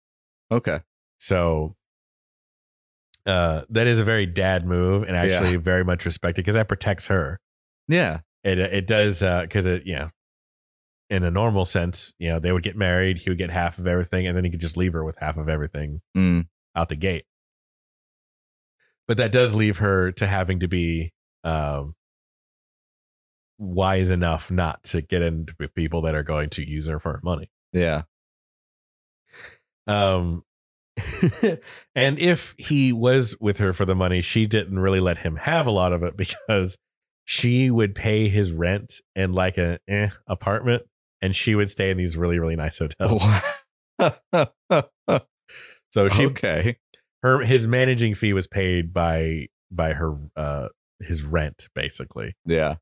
B: okay.
A: So uh, that is a very dad move, and actually very much respected because that protects her.
B: Yeah.
A: It uh, it does because it yeah. In a normal sense, you know, they would get married, he would get half of everything, and then he could just leave her with half of everything
B: Mm.
A: out the gate. But that does leave her to having to be um, wise enough not to get into with people that are going to use her for her money.
B: Yeah.
A: Um, [LAUGHS] and if he was with her for the money, she didn't really let him have a lot of it because she would pay his rent in like a eh, apartment, and she would stay in these really really nice hotels.
B: Oh, [LAUGHS]
A: So she
B: okay.
A: her his managing fee was paid by by her uh his rent basically
B: Yeah.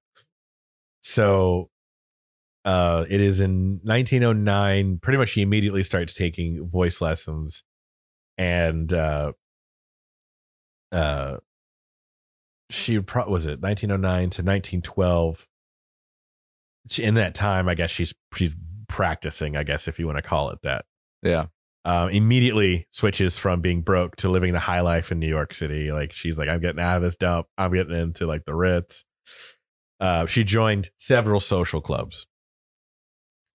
A: so uh it is in 1909 pretty much he immediately starts taking voice lessons and uh uh she pro- was it 1909 to 1912 she, in that time i guess she's she's practicing i guess if you want to call it that
B: Yeah.
A: um, immediately switches from being broke to living the high life in New York City. Like she's like, I'm getting out of this dump. I'm getting into like the Ritz. Uh, she joined several social clubs,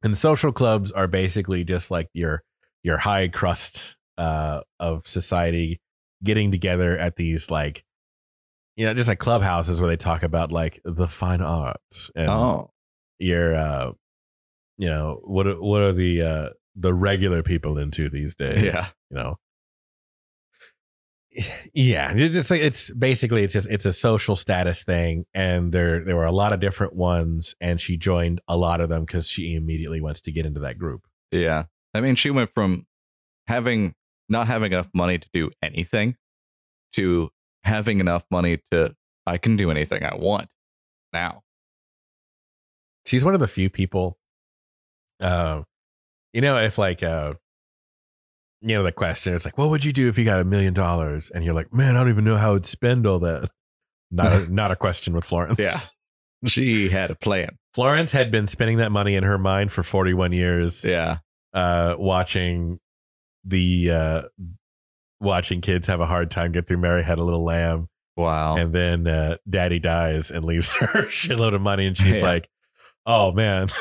A: and social clubs are basically just like your your high crust uh, of society getting together at these like you know just like clubhouses where they talk about like the fine arts and
B: Oh.
A: your uh you know what are- what are the uh the regular people into these days
B: Yeah.
A: you know yeah it's just like it's basically it's just it's a social status thing and there there were a lot of different ones and she joined a lot of them because she immediately wants to get into that group
B: Yeah. I mean, she went from having not having enough money to do anything to having enough money to I can do anything I want now.
A: she's one of the few people uh you know if like uh you know the question it's like what would you do if you got a million dollars and you're like man i don't even know how i'd spend all that not a, not a question with florence
B: Yeah. She had a plan.
A: [LAUGHS] florence had been spending that money in her mind for 41 years
B: Yeah.
A: uh watching the uh watching kids have a hard time get through Mary Had a Little Lamb.
B: Wow.
A: And then uh, daddy dies and leaves [LAUGHS] her a shitload of money. And she's
B: Yeah.
A: like, oh man, [LAUGHS]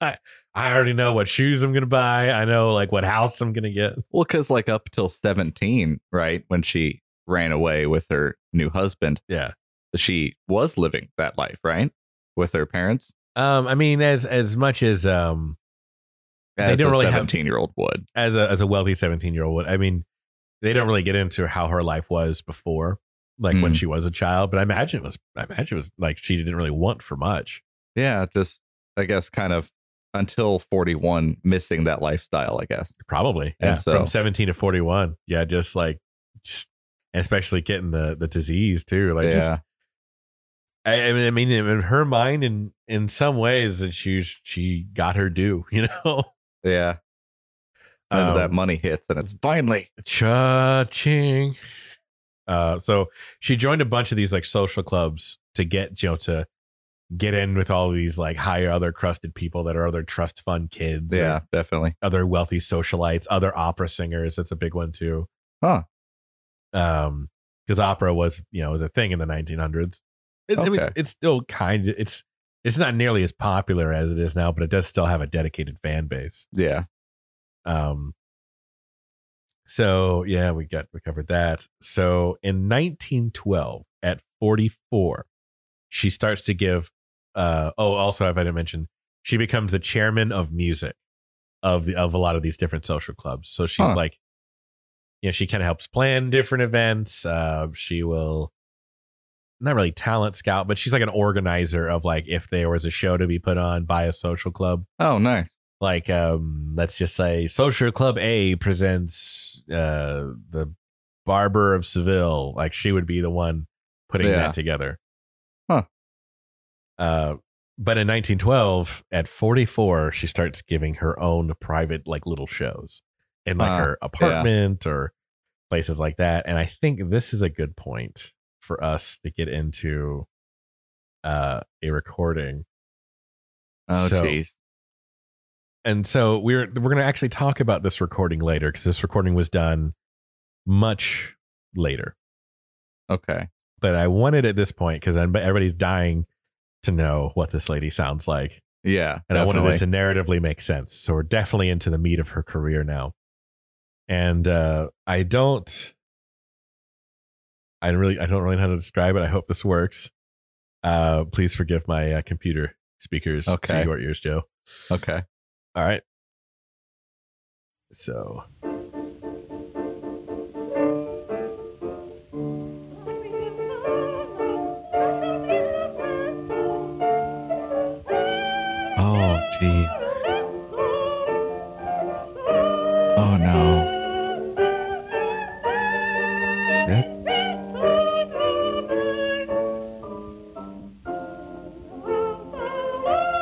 A: I, I already know what shoes I'm going to buy. I know like what house I'm going to get.
B: Well, because like up till 17, right, when she ran away with her new husband,
A: Yeah.
B: she was living that life, right, with her parents.
A: Um, I mean, as, as much as, um, They
B: As
A: don't
B: a
A: really have-
B: 17 year old would.
A: as a, as a wealthy 17 year old would, I mean, they don't really get into how her life was before, like when
B: Mm.
A: she was a child, but I imagine it was, I imagine it was like, she didn't really want for much.
B: Yeah, just I guess kind of until 41, missing that lifestyle. I guess.
A: Probably.
B: And
A: Yeah.
B: so-
A: From 17 to 41. Yeah. Just like, just, especially getting the, the disease too. Like
B: yeah.
A: just, I, I mean, I mean, in her mind, in in some ways, that she's she got her due, [LAUGHS] you know.
B: yeah. And
A: Um,
B: that money hits, and it's finally.
A: Cha-ching. Uh, so she joined a bunch of these like social clubs to get you know to get in with all these like higher other crusted people that are other trust fund kids, or
B: Yeah, definitely.
A: other wealthy socialites, other opera singers. That's a big one too.
B: Huh.
A: Um, because opera was you know was a thing in the 1900s. It, I mean,
B: Okay.
A: it's still kind of it's it's not nearly as popular as it is now, but it does still have a dedicated fan base.
B: Yeah.
A: Um. So yeah, we got we covered that. So in 1912, at 44, she starts to give. Uh, oh, also if I didn't mention, she becomes the chairman of music of the of a lot of these different social clubs. So she's
B: Huh.
A: like, you know, she kind of helps plan different events. Uh, she will not really talent scout, but she's like an organizer of like if there was a show to be put on by a social club
B: Oh, nice.
A: like um let's just say social club a presents uh the barber of seville like she would be the one putting
B: Yeah.
A: that together
B: Huh.
A: uh but in 1912 at 44 she starts giving her own private like little shows in like
B: Ah,
A: her apartment or places like that and i think this is a good point for us to get into uh a recording
B: Oh,
A: So-
B: jeez.
A: and so we're we're going to actually talk about this recording later because this recording was done much later.
B: okay.
A: But I wanted at this point because everybody's dying to know what this lady sounds like,
B: Yeah.
A: and I wanted
B: definitely.
A: it to narratively make sense. So we're definitely into the meat of her career now, and uh, I don't, I really, I don't really know how to describe it. I hope this works. Uh, please forgive my uh, computer speakers
B: Okay.
A: to your ears, Joe.
B: Okay.
A: All right. So.
B: Oh, gee. Oh, no. That's.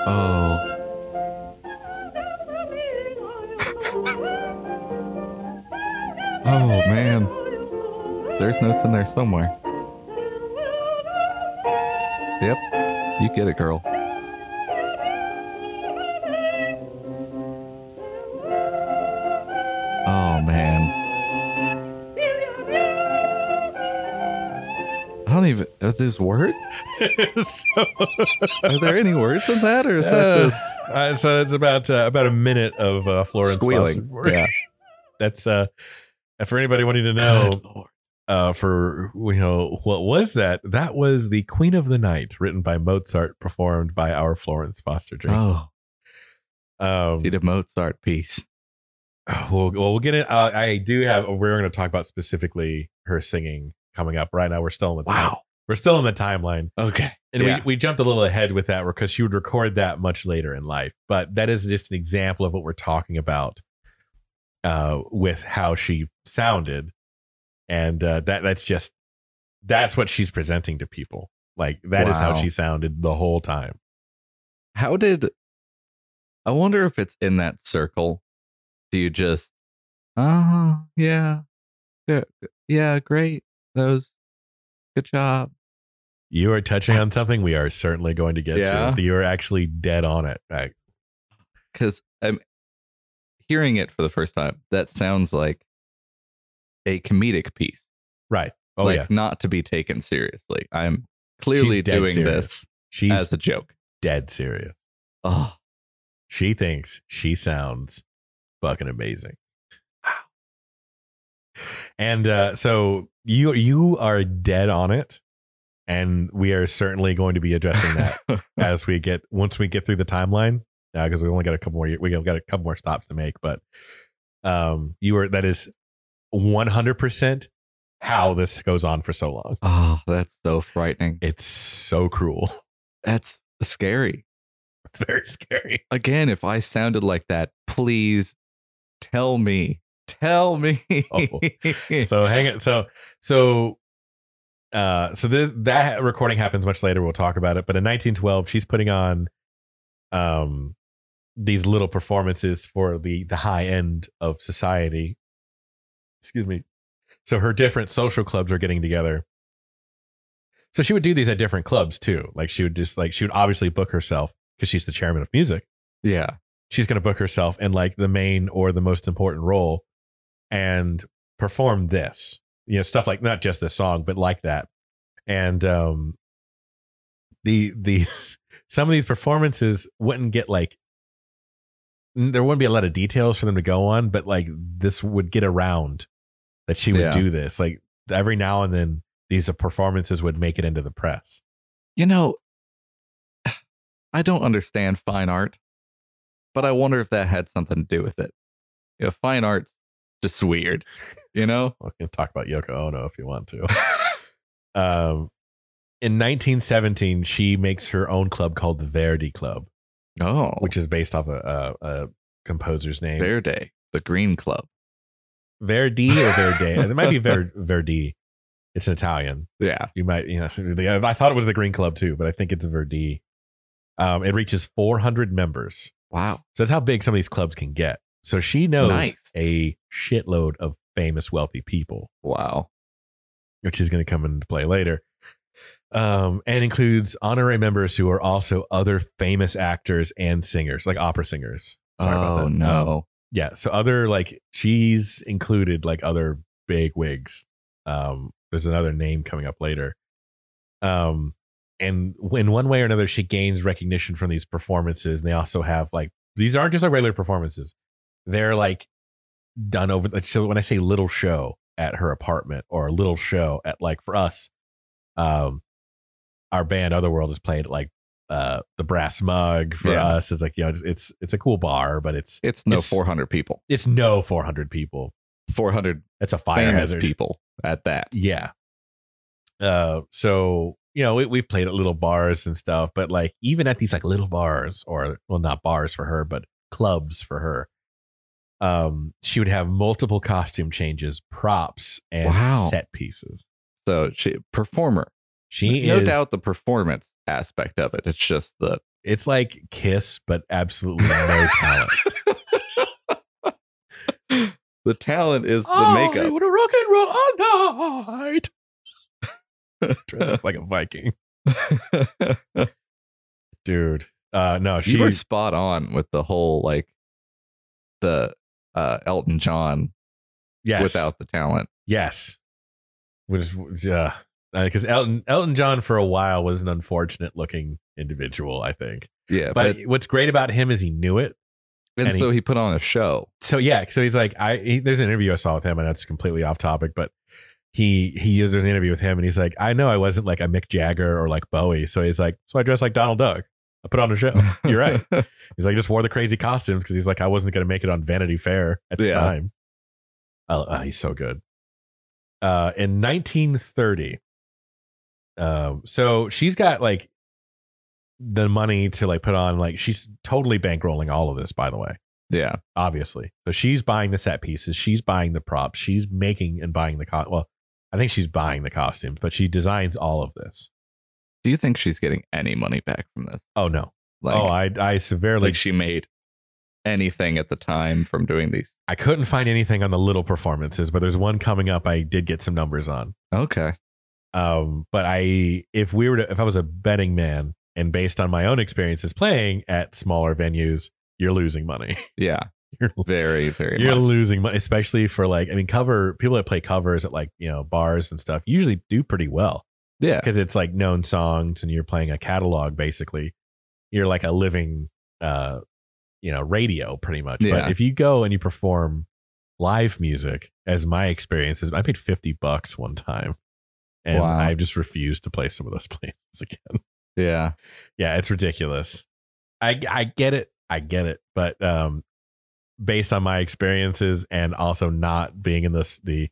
B: Oh. Oh, man. There's notes in there somewhere. Yep. You get it, girl. Oh man. I don't even are those words?
A: [LAUGHS] so,
B: Are there any words in that or is that
A: uh,
B: just
A: uh, so it's about uh, about a minute of uh, Florence
B: squealing?
A: Foster's work.
B: Yeah.
A: That's uh, for anybody wanting to
B: [LAUGHS]
A: know uh, for you know what was that? That was the Queen of the Night, written by Mozart, performed by our Florence Foster Jean.
B: Oh,
A: um,
B: Ah, did a Mozart piece.
A: [SIGHS] we'll, well, we'll get in. Uh, I do have. We're going to talk about specifically her singing coming up. Right now, we're still in the time- we're still in the timeline.
B: Okay.
A: And
B: Yeah.
A: we, we jumped a little ahead with that because she would record that much later in life. But that is just an example of what we're talking about uh, with how she sounded. And uh, that that's just that's what she's presenting to people. Like that is how
B: Wow.
A: she sounded the whole time.
B: How did I wonder if it's in that circle? Do you just oh yeah. Yeah, yeah great. That was good job.
A: You are touching on something we are certainly going to get
B: Yeah.
A: to. You are actually dead on it. Like,
B: because I'm hearing it for the first time. That sounds like a comedic piece.
A: Right. Oh
B: like,
A: yeah.
B: not to be taken seriously. I'm clearly
A: She's dead
B: doing
A: serious.
B: this
A: She's
B: as a joke.
A: dead serious.
B: Oh,
A: She thinks she sounds fucking amazing. Wow. And uh, so you you are dead on it, and we are certainly going to be addressing
B: [LAUGHS]
A: that as we get once we get through the timeline because we only got a couple more ye- we got a couple more stops to make but um you are that is 100% how this goes on for so long
B: oh, that's so frightening.
A: it's so cruel [LAUGHS]
B: That's scary.
A: it's very scary
B: Again, if I sounded like that, please tell me. Tell me. [LAUGHS]
A: Oh. [LAUGHS] so hang it so so uh so this that recording happens much later we'll talk about it but in 1912 she's putting on um these little performances for the the high end of society excuse me so her different social clubs are getting together so she would do these at different clubs too like she would just like she would obviously book herself because she's the chairman of music
B: yeah.
A: she's going to book herself in like the main or the most important role and perform this you know stuff like not just this song but like that and um the the [LAUGHS] some of these performances wouldn't get like n- there wouldn't be a lot of details for them to go on but like this would get around that she would
B: Yeah.
A: do this like every now and then these performances would make it into the press
B: You know, [SIGHS] I don't understand fine art, but I wonder if that had something to do with it. You know, fine art's just weird, you know?
A: we can talk about Yoko Ono if you want to. [LAUGHS] um, in 1917, she makes her own club called the Verdi Club,
B: Oh,
A: which is based off a, a, a composer's name.
B: Verde, the Green Club.
A: Verdi or Verde? it might be Ver- Verdi. It's an Italian.
B: Yeah.
A: You might, you know, [LAUGHS] the- I thought it was the Green Club too, but I think it's Verdi. Um, it reaches 400 members.
B: Wow.
A: So that's how big some of these clubs can get. So she knows
B: Nice.
A: a shitload of famous, wealthy people.
B: Wow.
A: which is going to come into play later, um, and includes honorary members who are also other famous actors and singers, like opera singers. Sorry
B: oh,
A: about that. Um,
B: no.
A: yeah. So other like she's included like other big wigs. Um, there's another name coming up later. Um, and in one way or another, she gains recognition from these performances. And they also have like these aren't just like regular performances. They're like done over. like, So when I say little show at her apartment or a little show at like for us, um, our band Otherworld is played at like uh the Brass Mug for
B: Yeah.
A: us. It's like you know it's it's a cool bar, but it's
B: It's no
A: it's-
B: 400 people,
A: it's no 400 people.
B: 400
A: That's a fire
B: famous
A: hazard.
B: people at that.
A: Yeah. Uh, so you know, we, we've played at little bars and stuff, but like even at these like little bars, or well, not bars for her, but clubs for her, um, she would have multiple costume changes, props, and
B: Wow.
A: set pieces.
B: So, she, performer.
A: She
B: no
A: is
B: doubt the performance aspect of it. It's just the
A: It's like Kiss, but absolutely
B: [LAUGHS]
A: no talent.
B: the talent is the makeup.
A: would Oh, rock and roll all night. [LAUGHS] Dressed like a Viking,
B: [LAUGHS]
A: dude. Uh, no, she
B: you were spot on with the whole like the uh Elton John
A: yes.
B: without the talent.
A: Yes. Which yeah, because Elton Elton John for a while was an unfortunate looking individual, I think.
B: Yeah,
A: But
B: Uh, but,
A: what's great about him is he knew it.
B: and,
A: and
B: so
A: he-
B: he, put on a show.
A: So yeah, so he's like, I he, there's an interview I saw with him, and that's completely off topic, but he he is an interview with him, and he's like, I know I wasn't like a Mick Jagger or like Bowie, so he's like, so I dressed like Donald Duck. I put on a show. You're right. He's like, I just wore the crazy costumes because he's like, I wasn't going to make it on Vanity Fair at the
B: Yeah.
A: time. Oh, oh, he's so good. Uh, in 1930, um, so she's got like the money to like put on like she's totally bankrolling all of this. By the way,
B: [LAUGHS] yeah.
A: obviously, so she's buying the set pieces, she's buying the props, she's making and buying the co- well, I think she's buying the costumes, but she designs all of this.
B: Do you think she's getting any money back from this?
A: Oh no!
B: Like,
A: oh, I I severely
B: like she made anything at the time from doing these.
A: I couldn't find anything on the little performances, but there's one coming up. I did get some numbers on.
B: Okay.
A: Um, but I, if we were to, if I was a betting man and based on my own experiences playing at smaller venues, you're losing money.
B: Yeah.
A: You're,
B: [LAUGHS] Very, very
A: you're
B: much.
A: losing money, especially for like, I mean, cover people that play covers at like, you know, bars and stuff usually do pretty well
B: Yeah.
A: because it's like known songs and you're playing a catalog basically. You're like a living, uh, you know, radio pretty much.
B: Yeah.
A: But if you go and you perform live music, as my experience is, I paid 50 bucks one time and
B: Wow.
A: I've just refused to play some of those [LAUGHS] places again.
B: Yeah.
A: Yeah, it's ridiculous. I I get it. I get it. But um based on my experiences and also not being in this the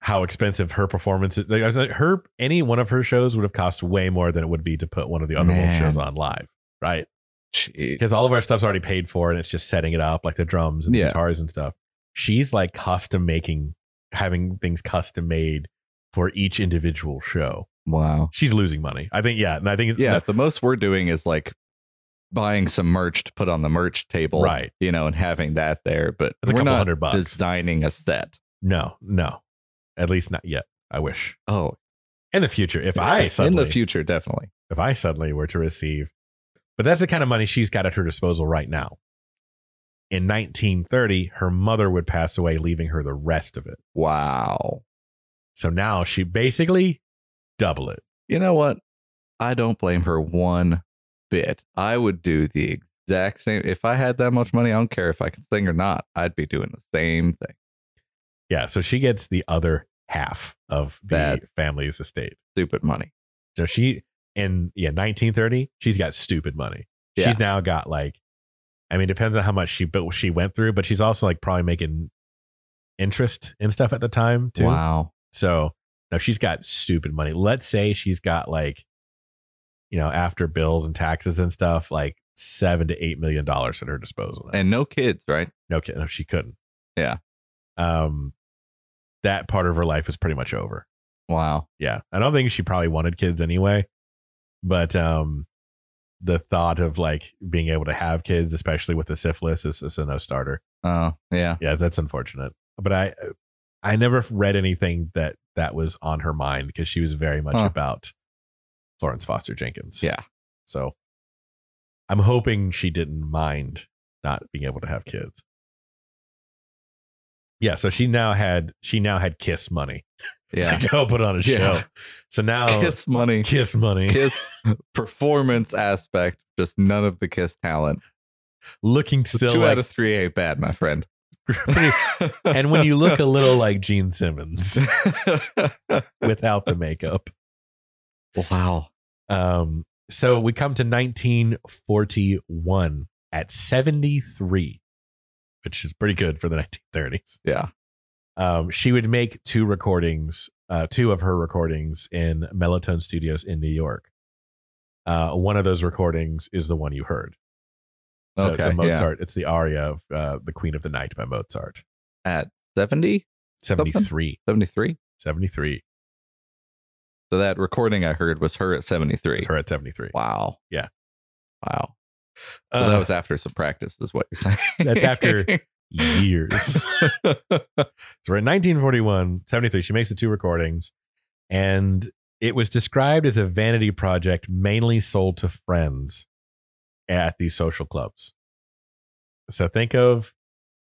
A: how expensive her performance is like, I was like her any one of her shows would have cost way more than it would be to put one of the other world
B: Man.
A: shows on live, right?
B: Jeez.
A: Because all of our stuff's already paid for and it's just setting it up like the drums and the
B: Yeah.
A: guitars and stuff. She's like custom making having things custom made for each individual show.
B: Wow.
A: She's losing money. I think yeah, and I think it's
B: Yeah. if the most we're doing is like buying some merch to put on the merch table.
A: Right.
B: You know, and having that there, but
A: That's a
B: we're
A: couple
B: not
A: hundred bucks.
B: designing a set.
A: No, no. At least not yet. I wish.
B: Oh,
A: In the future, if I suddenly
B: in the future, definitely.
A: if I suddenly were to receive but that's the kind of money she's got at her disposal right now. In 1930, her mother would pass away, leaving her the rest of it.
B: Wow.
A: So now she basically double it.
B: You know what? I don't blame her one bit. I would do the exact same. If I had that much money, I don't care if I can sing or not. I'd be doing the same thing.
A: Yeah, so she gets the other half of the
B: That's-
A: family's estate.
B: Stupid money.
A: So she in yeah, 1930, she's got stupid money.
B: Yeah.
A: She's now got like I mean, depends on how much she built she went through, but she's also like probably making interest and stuff at the time too.
B: Wow.
A: So no, she's got stupid money. Let's say she's got like, you know, after bills and taxes and stuff, like seven to eight million dollars at her disposal. now.
B: And no kids, right?
A: no kidding, no, she couldn't.
B: Yeah.
A: Um that part of her life is pretty much over
B: Wow.
A: yeah i don't think she probably wanted kids anyway but um the thought of like being able to have kids especially with the syphilis is, is a no starter
B: Oh, yeah.
A: yeah that's unfortunate but i i never read anything that that was on her mind because she was very much
B: Huh.
A: about florence foster jenkins
B: Yeah.
A: so i'm hoping she didn't mind not being able to have kids yeah so she now had she now had kiss money
B: Yeah.
A: to go put on a show
B: Yeah.
A: so now
B: [LAUGHS] Kiss money.
A: kiss money
B: Kiss performance aspect. Just none of the kiss talent.
A: looking still
B: Two
A: like,
B: out of [LAUGHS] three ain't bad, my friend.
A: [LAUGHS] pretty- and when you
B: [LAUGHS]
A: look [LAUGHS] a little like gene simmons without the makeup
B: wow.
A: um so we come to 1941 at 73 which is pretty good for the 1930s
B: Yeah.
A: um she would make two recordings uh two of her recordings in melatonin studios in new york uh one of those recordings is the one you heard the,
B: Okay.
A: the
B: yeah.
A: mozart it's the aria of uh, the queen of the night by mozart
B: At 70,
A: 73
B: 73.
A: 73.
B: So that recording I heard was her at 73.
A: It's her at 73.
B: Wow.
A: Yeah.
B: Wow. So
A: Uh,
B: that was [LAUGHS] after some practice, is what you're saying.
A: That's
B: [LAUGHS]
A: after- [LAUGHS] years. So we're in 1941, 73. She makes the two recordings, and it was described as a vanity project mainly sold to friends at these social clubs. So think of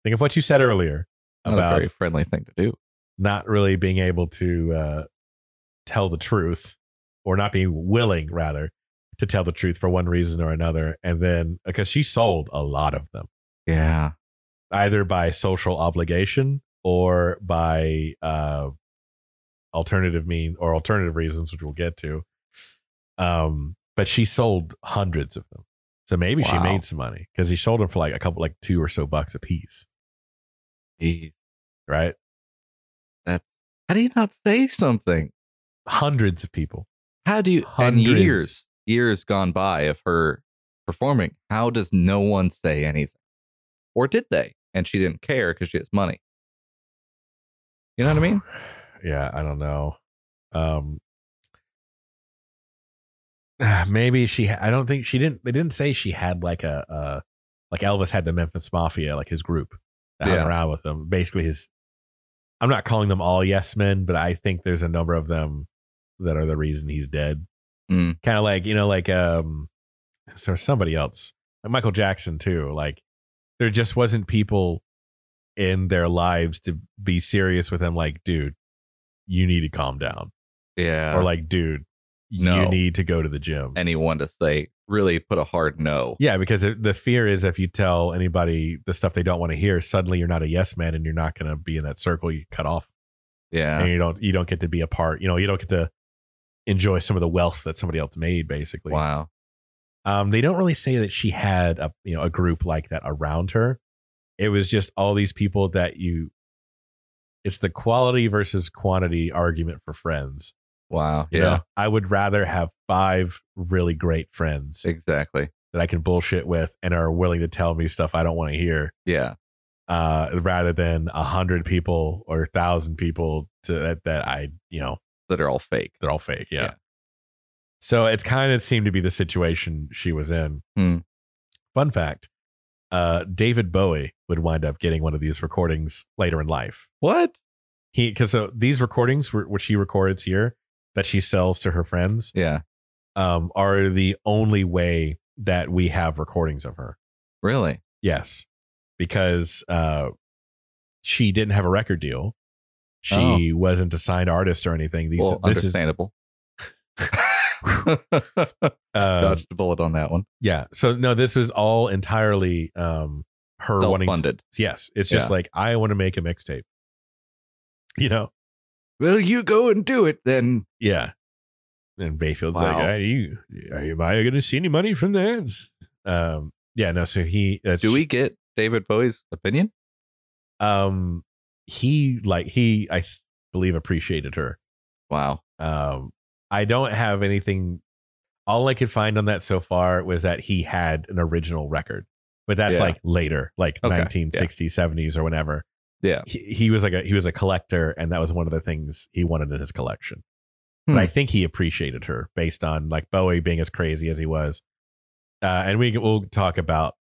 A: think of what you said earlier
B: Not a
A: about
B: very friendly thing to do.
A: not really being able to uh, tell the truth or not being willing rather to tell the truth for one reason or another and then because she sold a lot of them
B: Yeah.
A: either by social obligation or by uh, alternative mean or alternative reasons, which we'll get to. Um, but she sold hundreds of them, so maybe she
B: Wow.
A: made some money because she sold them for like a couple, like two or so bucks a piece,
B: Jeez.
A: right?
B: How do you not say something?
A: Hundreds of people.
B: How do you,
A: Hundreds.
B: and years, years gone by of her performing, how does no one say anything? Or did they? And she didn't care because she has money. You know what
A: [SIGHS]
B: I mean?
A: Yeah, I don't know. Um, [SIGHS] maybe she. I don't think she didn't. They didn't say she had like a, uh like Elvis had the Memphis Mafia, like his group that
B: Yeah.
A: hung around with them. Basically, his. I'm not calling them all yes men, but I think there's a number of them that are the reason he's dead.
B: Mm.
A: Kind of like you know, like um, so somebody else, like Michael Jackson too. Like there just wasn't people in their lives to be serious with them like dude you need to calm down
B: Yeah.
A: or like dude you
B: No.
A: need to go to the gym
B: anyone to say, really put a hard no.
A: yeah because it, the fear is if you tell anybody the stuff they don't want to hear suddenly you're not a yes man and you're not going to be in that circle you cut off
B: Yeah.
A: and you don't you don't get to be a part you know you don't get to enjoy some of the wealth that somebody else made basically
B: Wow.
A: um, they don't really say that she had a you know a group like that around her. It was just all these people that you. It's the quality versus quantity argument for friends.
B: Wow.
A: You know, I would rather have five really great friends
B: Exactly.
A: that I can bullshit with and are willing to tell me stuff I don't want to hear,
B: Yeah.
A: uh, rather than a hundred people or a thousand people to that that I you know
B: That are all fake.
A: they're all fake. Yeah.
B: Yeah.
A: So it's kind of seemed to be the situation she was in.
B: Hmm.
A: Fun fact uh, David Bowie would wind up getting one of these recordings later in life.
B: What?
A: He, because so these recordings, were, which he records here that she sells to her friends,
B: Yeah.
A: um, are the only way that we have recordings of her.
B: Really?
A: Yes. Because uh, she didn't have a record deal. She wasn't a signed artist or anything. These,
B: Oh. well,
A: this is, [LAUGHS]
B: understandable. [LAUGHS]
A: uh,
B: Dodged a bullet on that one.
A: Yeah. So no, this was all entirely um her wanting to-
B: Self-funded.
A: yes. It's just
B: Yeah.
A: like I want to make a mixtape. You know?
B: Well, you go and do it then.
A: Yeah. And Bayfield's like,
B: Wow.
A: are you are you am I gonna see any money from that? Um yeah, no, so he uh,
B: Do we get David Bowie's opinion?
A: um he like he I th- believe appreciated her.
B: Wow.
A: Um I don't have anything all I could find on that so far was that he had an original record. But that's
B: Yeah.
A: like later, like
B: Okay. Yeah.
A: 1960s, 70s or whenever.
B: Yeah.
A: he, he was like a he was a collector and that was one of the things he wanted in his collection
B: Hmm.
A: but i think he appreciated her based on like bowie being as crazy as he was uh, and we will talk about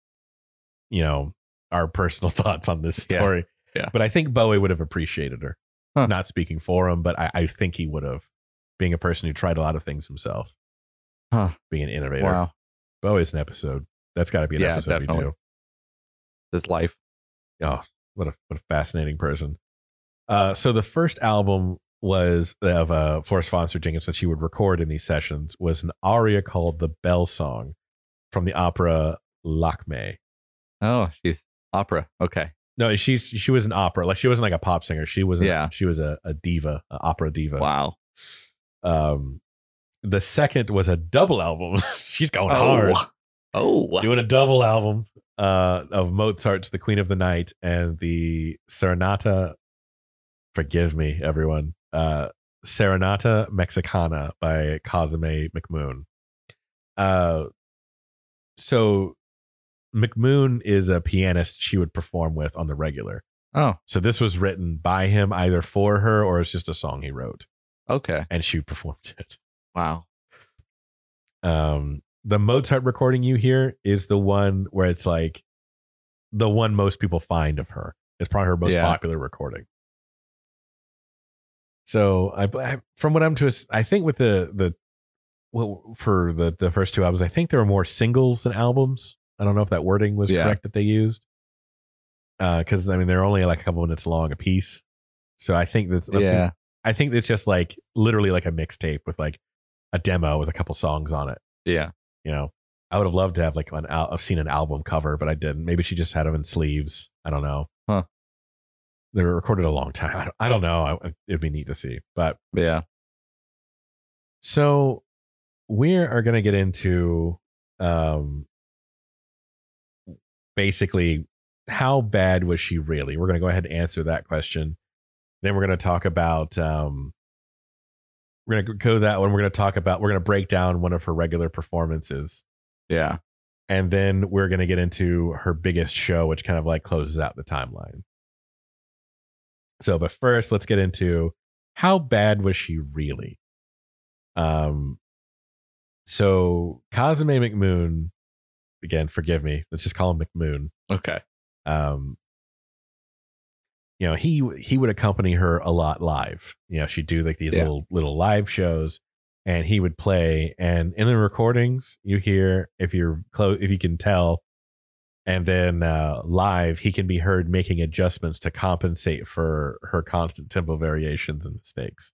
A: you know our personal [LAUGHS] thoughts on this
B: Yeah.
A: story
B: Yeah.
A: but i think bowie would have appreciated her
B: Huh. [LAUGHS]
A: not speaking for him but I, I think he would have being a person who tried a lot of things himself
B: Huh.
A: being an innovator
B: Wow.
A: bowie's an episode that's got to be an
B: Yeah,
A: episode we
B: definitely.
A: do
B: His life.
A: what a what a fascinating person. Uh, so the first album was of uh, Florence Foster Jenkins that she would record in these sessions was an aria called "The Bell Song" from the opera Lakme.
B: Oh, she's opera. Okay.
A: No, she's she was an opera like she wasn't like a pop singer. She was a,
B: Yeah.
A: she was a, a diva, an opera diva.
B: Wow.
A: Um, the second was a double album. [LAUGHS] she's going hard.
B: Oh.
A: doing a double album uh, of Mozart's "The Queen of the Night" and the Serenata. Forgive me, everyone. Uh, Serenata Mexicana by Cosime McMoon. Uh, so McMoon is a pianist she would perform with on the regular.
B: Oh.
A: So this was written by him either for her or it's just a song he wrote
B: Okay.
A: and she [LAUGHS] performed it.
B: Wow.
A: um the mozart recording you hear is the one where it's like the one most people find of her it's probably her most
B: Yeah.
A: popular recording so I, I from what i'm to ass- i think with the the well for the the first two albums i think there were more singles than albums i don't know if that wording was
B: Yeah.
A: correct that they used uh because i mean they're only like a couple minutes long a piece so i think that's
B: Yeah.
A: i think it's just like literally like a mixtape with like a demo with a couple songs on it
B: Yeah.
A: you know i would have loved to have like an al- i've seen an album cover but i didn't maybe she just had them in sleeves i don't know
B: Huh.
A: they were recorded a long time i don't, I don't know I, it'd be neat to see but
B: Yeah.
A: so we are going to get into um basically how bad was she really we're going to go ahead and answer that question then we're going to talk about um we're going to go that one we're going to talk about we're going to break down one of her regular performances
B: Yeah.
A: and then we're going to get into her biggest show which kind of like closes out the timeline so but first let's get into how bad was she really um so Cosme McMoon again forgive me let's just call him McMoon
B: Okay.
A: um you know he he would accompany her a lot live you know she'd do like these
B: Yeah.
A: little little live shows and he would play and in the recordings you hear if you're close if you can tell and then uh, live he can be heard making adjustments to compensate for her constant tempo variations and mistakes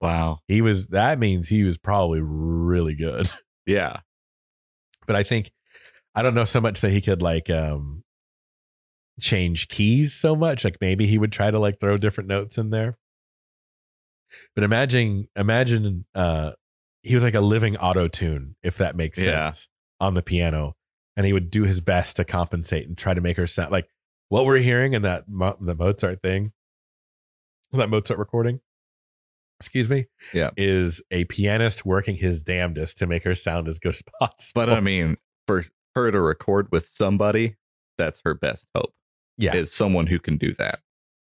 B: Wow.
A: he was that means he was probably really good
B: Yeah.
A: but i think i don't know so much that he could like um change keys so much like maybe he would try to like throw different notes in there but imagine imagine uh he was like a living auto tune if that makes
B: Yeah.
A: sense on the piano and he would do his best to compensate and try to make her sound like what we're hearing in that Mo- the mozart thing that mozart recording excuse me
B: Yeah.
A: is a pianist working his damnedest to make her sound as [LAUGHS] good as possible
B: But I mean, for her to record with somebody, that's her best hope.
A: Yeah.
B: Is someone who can do that.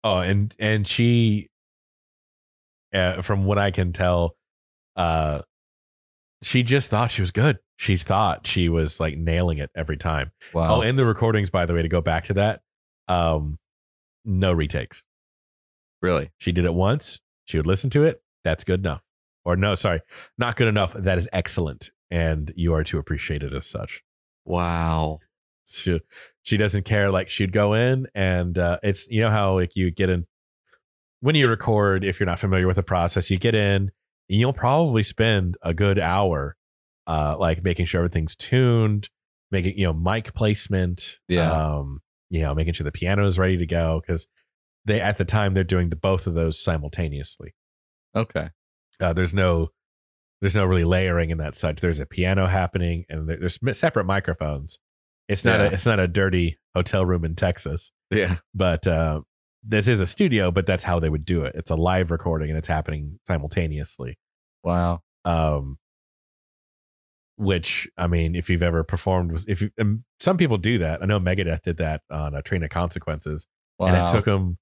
A: Oh, and and she, uh, from what I can tell, uh, she just thought she was good. She thought she was like nailing it every time.
B: Wow.
A: Oh, and the recordings, by the way, to go back to that, um, no retakes.
B: really?
A: She did it once. She would listen to it. That's good enough. Or no, sorry, not good enough. That is excellent, and you are to appreciate it as such.
B: Wow.
A: she she doesn't care like she'd go in and uh, it's you know how like you get in when you record if you're not familiar with the process you get in and you'll probably spend a good hour uh like making sure everything's tuned making you know mic placement
B: Yeah.
A: um you know making sure the piano is ready to go because they at the time they're doing the both of those simultaneously
B: Okay.
A: uh, there's no there's no really layering in that such there's a piano happening and there, there's mi- separate microphones it's not a
B: Yeah.
A: it's not a dirty hotel room in texas
B: Yeah.
A: but uh this is a studio but that's how they would do it it's a live recording and it's happening simultaneously
B: Wow.
A: um which i mean if you've ever performed was if you, um, some people do that i know megadeth did that on a train of consequences
B: Wow.
A: and it took them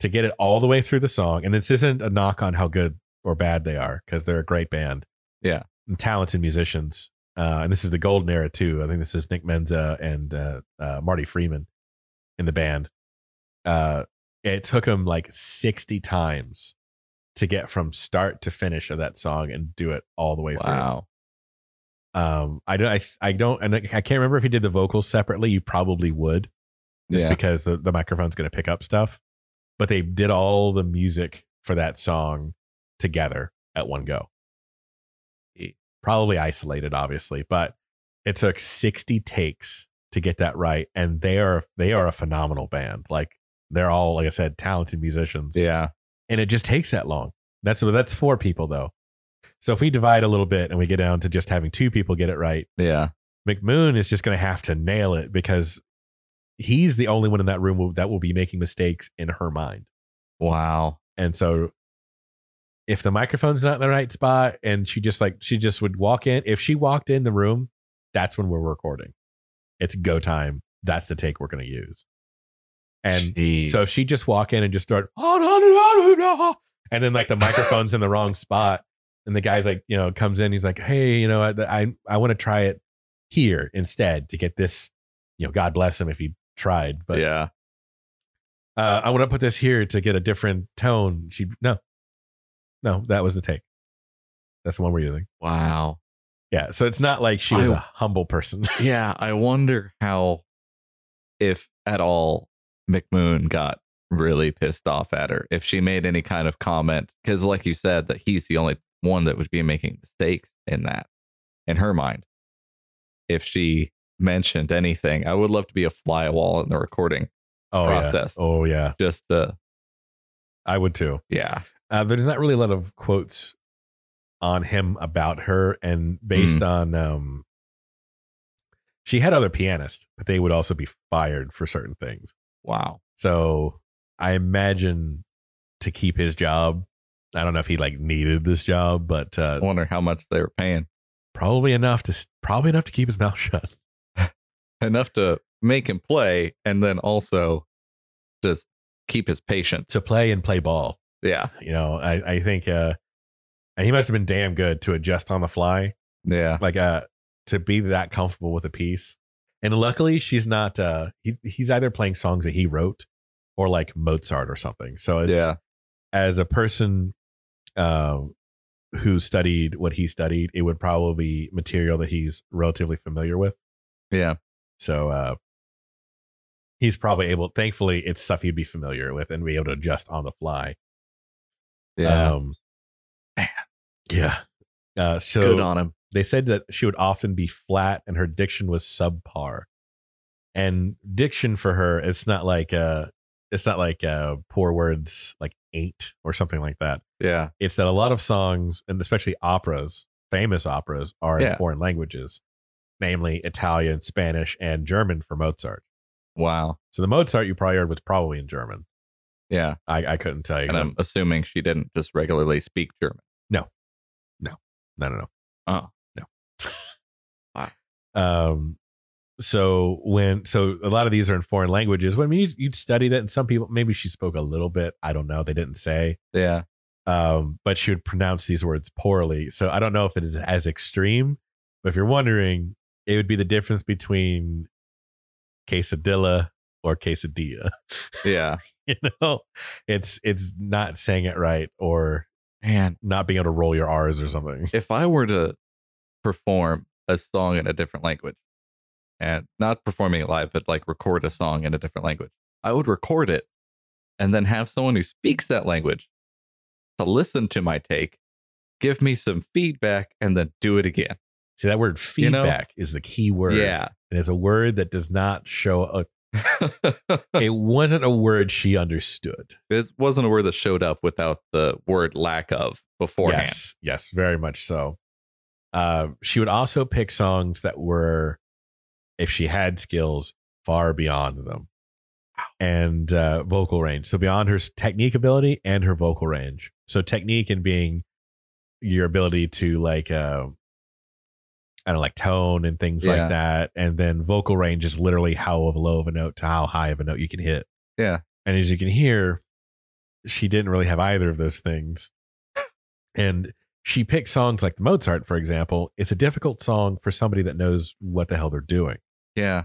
A: to get it all the way through the song. And this isn't a knock on how good or bad they are because they're a great band.
B: Yeah.
A: and talented musicians. Uh, and this is the golden era too. I think this is Nick Menza and uh, uh, Marty Freeman in the band. Uh, it took them like sixty times to get from start to finish of that song and do it all the way through.
B: wow.
A: Um, I don't, I, I don't, and I can't remember if he did the vocals separately. You probably would just
B: Yeah.
A: because the, the microphone's going to pick up stuff. But they did all the music for that song together at one go. E,
B: Gee.
A: Probably isolated, obviously, but it took 60 takes to get that right. And they are they are a phenomenal band. Like they're all, like I said, talented musicians.
B: yeah.
A: And it just takes that long. That's that's four people though. So if we divide a little bit and we get down to just having two people get it right,
B: Yeah.
A: McMoon is just going to have to nail it because he's the only one in that room will- that will be making mistakes in her mind.
B: Wow.
A: And so if the microphone's not in the right spot and she just like, she just would walk in, if she walked in the room, that's when we're recording. It's go time. That's the take we're going to use. And
B: Jeez.
A: so if she just walk in and just start, and then like the microphone's in the wrong spot, and the guy's like, you know, comes in, he's like, hey, you know, I I, I want to try it here instead to get this, you know, God bless him if he tried, but
B: yeah.
A: uh, I want to put this here to get a different tone. She no, no, that was the take. That's the one we're using.
B: Wow.
A: Yeah, so it's not like she was
B: I-
A: a humble person. [LAUGHS]
B: Yeah. I wonder how, if at all, McMoon got really pissed off at her if she made any kind of comment because, like you said, that he's the only one that would be making mistakes in that, in her mind. If she mentioned anything, I would love to be a fly wall in the recording.
A: oh
B: Process.
A: yeah, oh yeah,
B: Just uh,
A: I would too.
B: yeah,
A: Uh, there's not really a lot of quotes on him about her, and based on um, she had other pianists, but they would also be fired for certain things.
B: wow,
A: So I imagine to keep his job, I don't know if he like needed this job, but
B: I
A: uh,
B: wonder how much they were paying
A: probably enough to s- probably enough to keep his [LAUGHS] mouth shut.
B: enough to make him play and then also just keep his patience.
A: to play and play ball.
B: Yeah,
A: You know, I, I think uh, and he must have been damn good to adjust on the fly.
B: yeah,
A: like uh to be that comfortable with a piece and luckily she's not uh he, he's either playing songs that he wrote or like mozart or something so it's
B: yeah,
A: as a person uh, who studied what he studied it would probably be material that he's relatively familiar with
B: yeah.
A: so uh he's probably able. Thankfully, it's stuff he'd be familiar with and be able to adjust on the fly.
B: Yeah.
A: Um, yeah. Uh, so
C: Good on him.
A: they said that she would often be flat and her diction was subpar. And diction for her, it's not like uh it's not like uh poor words like ain't or something like that.
B: yeah.
A: It's that a lot of songs and especially operas, famous operas, are in
B: Yeah.
A: foreign languages, namely Italian, Spanish, and German for Mozart.
B: Wow.
A: So the Mozart you probably heard was probably in German.
B: Yeah.
A: I, I couldn't tell you.
B: And I'm assuming she didn't just regularly speak German.
A: no, no, no.
B: Oh.
A: um so when so a lot of these are in foreign languages when you you'd study that and some people maybe she spoke a little bit i don't know they didn't say
B: Yeah.
A: um but she would pronounce these words poorly so i don't know if it is as extreme but if you're wondering it would be the difference between quesadilla or quesadilla [LAUGHS]
B: Yeah.
A: you know it's it's not saying it right or
B: Man,
A: not being able to roll your r's or something
B: if I were to perform a song in a different language and not performing it live, but like record a song in a different language, I would record it and then have someone who speaks that language to listen to my take, give me some feedback, and then do it again.
A: see that word
B: You know?
A: feedback is the key word
B: [LAUGHS] Yeah.
A: and it's a word that does not show a it wasn't a word she understood.
B: this wasn't a word that showed up without the word lack of beforehand.
A: Yes, yes, very much so. Uh, she would also pick songs that were, if she had skills, far beyond them, and uh, vocal range. So beyond her s- technique ability and her vocal range. So technique and being your ability to like, uh, I don't know, like tone and things
B: Yeah.
A: like that, and then vocal range is literally how low of a note to how high of a note you can hit.
B: Yeah.
A: and as you can hear, she didn't really have either of those things. and she picked songs like Mozart, for example. It's a difficult song for somebody that knows what the hell they're doing.
B: Yeah.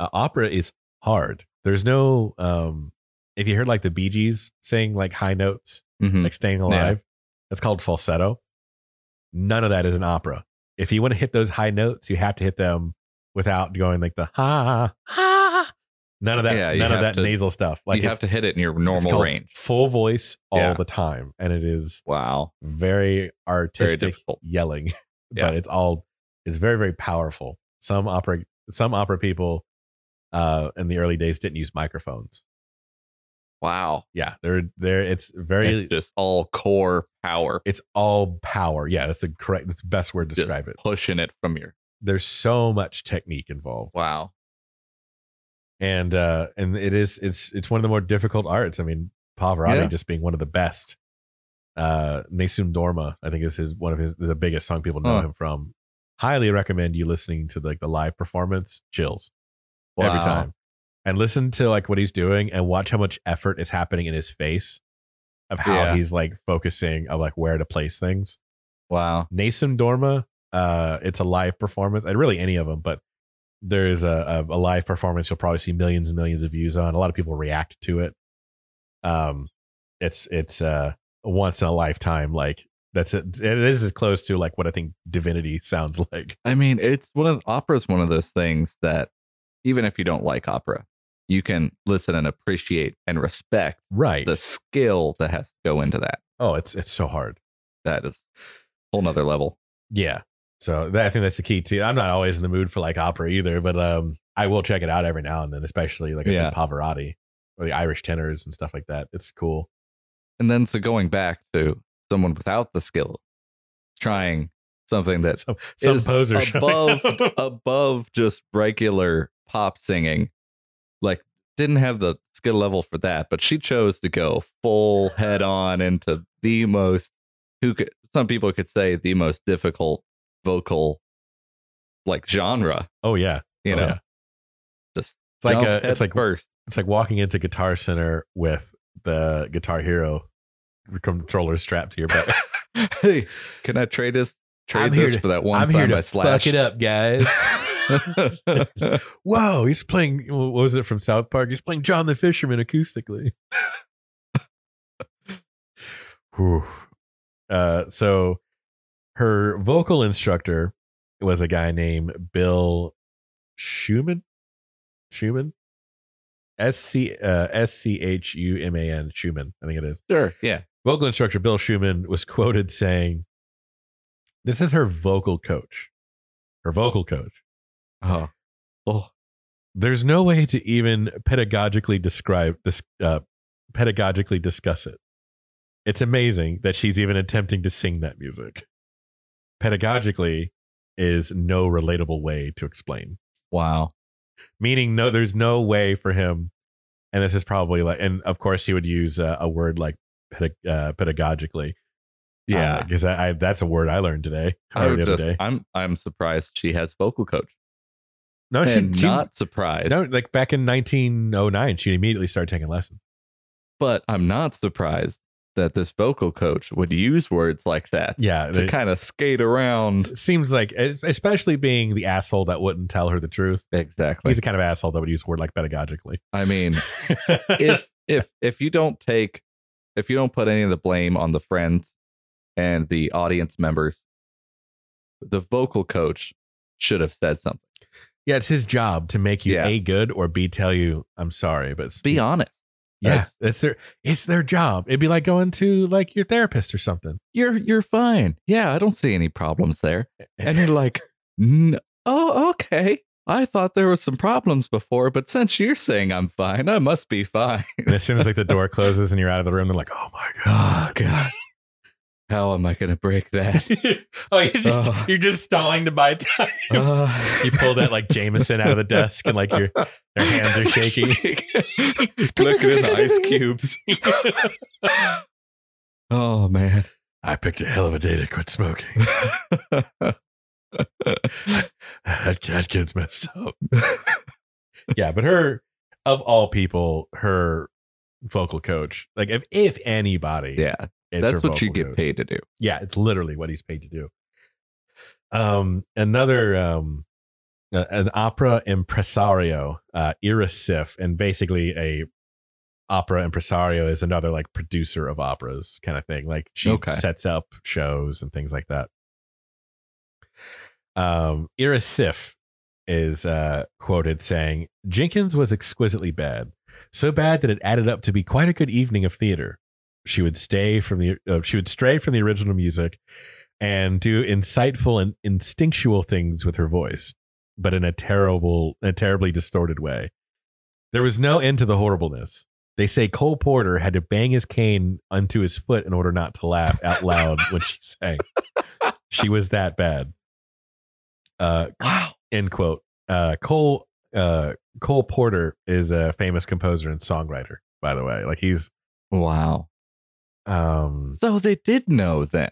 A: Uh, opera is hard. There's no, um, if you heard like the Bee Gees sing like high notes,
B: Mhm.
A: like staying alive, that's called falsetto. None of that is an opera. If you want to hit those high notes, you have to hit them without going like the ha ha. None of that,
B: Yeah, you
A: none of that
B: have to-
A: nasal stuff. Like
B: you
A: it's-
B: have to hit it in your
A: it's
B: normal
A: called
B: range.
A: full voice all
B: Yeah.
A: the time, and it is
B: Wow.
A: very artistic
B: difficult.
A: yelling, [LAUGHS]
B: Yeah.
A: but it's all it's very very powerful. Some opera some opera people uh, in the early days didn't use microphones.
B: Wow.
A: Yeah, they're they're it's very
B: It's just all core power.
A: it's all power. Yeah, that's the correct that's the best word to
B: Just
A: describe it.
B: pushing it from your
A: There's so much technique involved.
B: wow.
A: And uh and it is it's it's one of the more difficult arts. I mean, Pavarotti
B: Yeah.
A: just being one of the best. Uh Nessun Dorma, I think is his one of his the biggest song people know
B: Huh.
A: him from. Highly recommend you listening to like the live performance, chills every
B: Wow.
A: time. And listen to like what he's doing and watch how much effort is happening in his face of how
B: Yeah.
A: he's like focusing of like where to place things.
B: Wow.
A: Nason Dorma. Uh, it's a live performance. And really any of them, but there's a, a, a live performance you'll probably see millions and millions of views on. A lot of people react to it. Um, it's it's uh once in a lifetime. Like that's it. It is as close to like what I think Divinity [LAUGHS] sounds like.
B: I mean, it's one of opera's one of those things that even if you don't like opera, you can listen and appreciate and respect
A: Right.
B: the skill that has to go into that.
A: oh, it's it's so hard.
B: That is a whole nother level.
A: Yeah. So that, I think that's the key too. I'm not always in the mood for like opera either, but um, I will check it out every now and then, especially like I
B: Yeah.
A: said, Pavarotti or the Irish tenors and stuff like that. It's cool.
B: And then so going back to someone without the skill trying something that's [LAUGHS]
A: some, some
B: is
A: poser showing
B: above
A: up. [LAUGHS]
B: above just regular pop singing. Like didn't have the skill level for that, but she chose to go full head on into the most who could some people could say the most difficult vocal like genre,
A: oh yeah,
B: you
A: Oh,
B: know.
A: yeah.
B: Just
A: it's like
B: jump
A: a,
B: head
A: it's like [LAUGHS]
B: first.
A: it's like walking into Guitar Center with the Guitar Hero controller strapped to your back.
B: hey, can I trade this trade
A: I'm here
B: this
A: to-
B: for that one song by Slash?
A: up, guys.
B: [LAUGHS]
A: [LAUGHS] Whoa, he's playing. What was it from South Park? He's playing John the Fisherman acoustically. [LAUGHS] Whew. uh, so her vocal instructor was a guy named Bill Schumann. Schumann. S C uh, S C H U M A N Schumann. I think it is.
B: Sure. Yeah.
A: Vocal instructor Bill Schumann was quoted saying, "This is her vocal coach, her vocal coach.
B: Oh. Oh.
A: There's no way to even pedagogically describe this, uh, pedagogically discuss it. It's amazing that she's even attempting to sing that music. Pedagogically is no relatable way to explain."
B: Wow.
A: meaning no there's no way for him and this is probably like and of course he would use uh, a word like pedag- uh, pedagogically
B: Yeah.
A: because I, I that's a word i learned today
B: I
A: or
B: would
A: the other
B: just,
A: day
B: I'm I'm surprised she has vocal coach.
A: no she,
B: and
A: she
B: not surprised.
A: no like back in 1909 she immediately started taking lessons
B: But I'm not surprised that this vocal coach would use words like that
A: yeah
B: to
A: it
B: kind of skate around.
A: seems like es- especially being the asshole that wouldn't tell her the truth
B: Exactly.
A: he's the kind of asshole that would use a word like pedagogically [LAUGHS]
B: I mean, if if if you don't take if you don't put any of the blame on the friends and the audience members, the vocal coach should have said something.
A: yeah it's his job to make you
B: Yeah.
A: a good or b tell you i'm sorry but it's
B: Be honest.
A: Yeah,
B: That's-
A: it's their it's their job. It'd be like going to like your therapist or something.
B: You're you're fine. Yeah, I don't see any problems there. And you're like, "N- oh, okay. I thought there were some problems before, but since you're saying I'm fine, I must be fine.
A: And as soon as like the door closes and you're out of the room, they're like, "Oh my
B: Oh God. How am I gonna break that?
A: god!" oh, you're just
B: Ugh.
A: you're just stalling to buy time.
B: [LAUGHS] Uh,
A: [LAUGHS] you pull that like Jameson out of the desk and like your their hands are shaking.
B: Looking at the
A: [LAUGHS]
B: ice cubes. oh man.
A: I picked a hell of a day to quit smoking.
B: [LAUGHS]
A: that, that kid's messed up. yeah, but her of all people, her vocal coach, like if if anybody,
B: Yeah.
A: it's her
B: that's what you
A: vocal
B: get
A: coach.
B: paid to do.
A: yeah it's literally what he's paid to do um another um a- an opera impresario uh iris sif and basically a opera impresario is another like producer of operas kind of thing like she
B: Okay.
A: sets up shows and things like that um iris sif is uh quoted saying jenkins was exquisitely bad so bad that it added up to be quite a good evening of theater she would stay from the uh, she would stray from the original music and do insightful and instinctual things with her voice but in a terrible a terribly distorted way there was no end to the horribleness they say cole porter had to bang his cane onto his foot in order not to laugh out loud when she sang she was that bad uh
B: Wow.
A: end quote uh cole uh cole porter is a famous composer and songwriter by the way like he's
B: Wow.
A: um
B: So they did know then.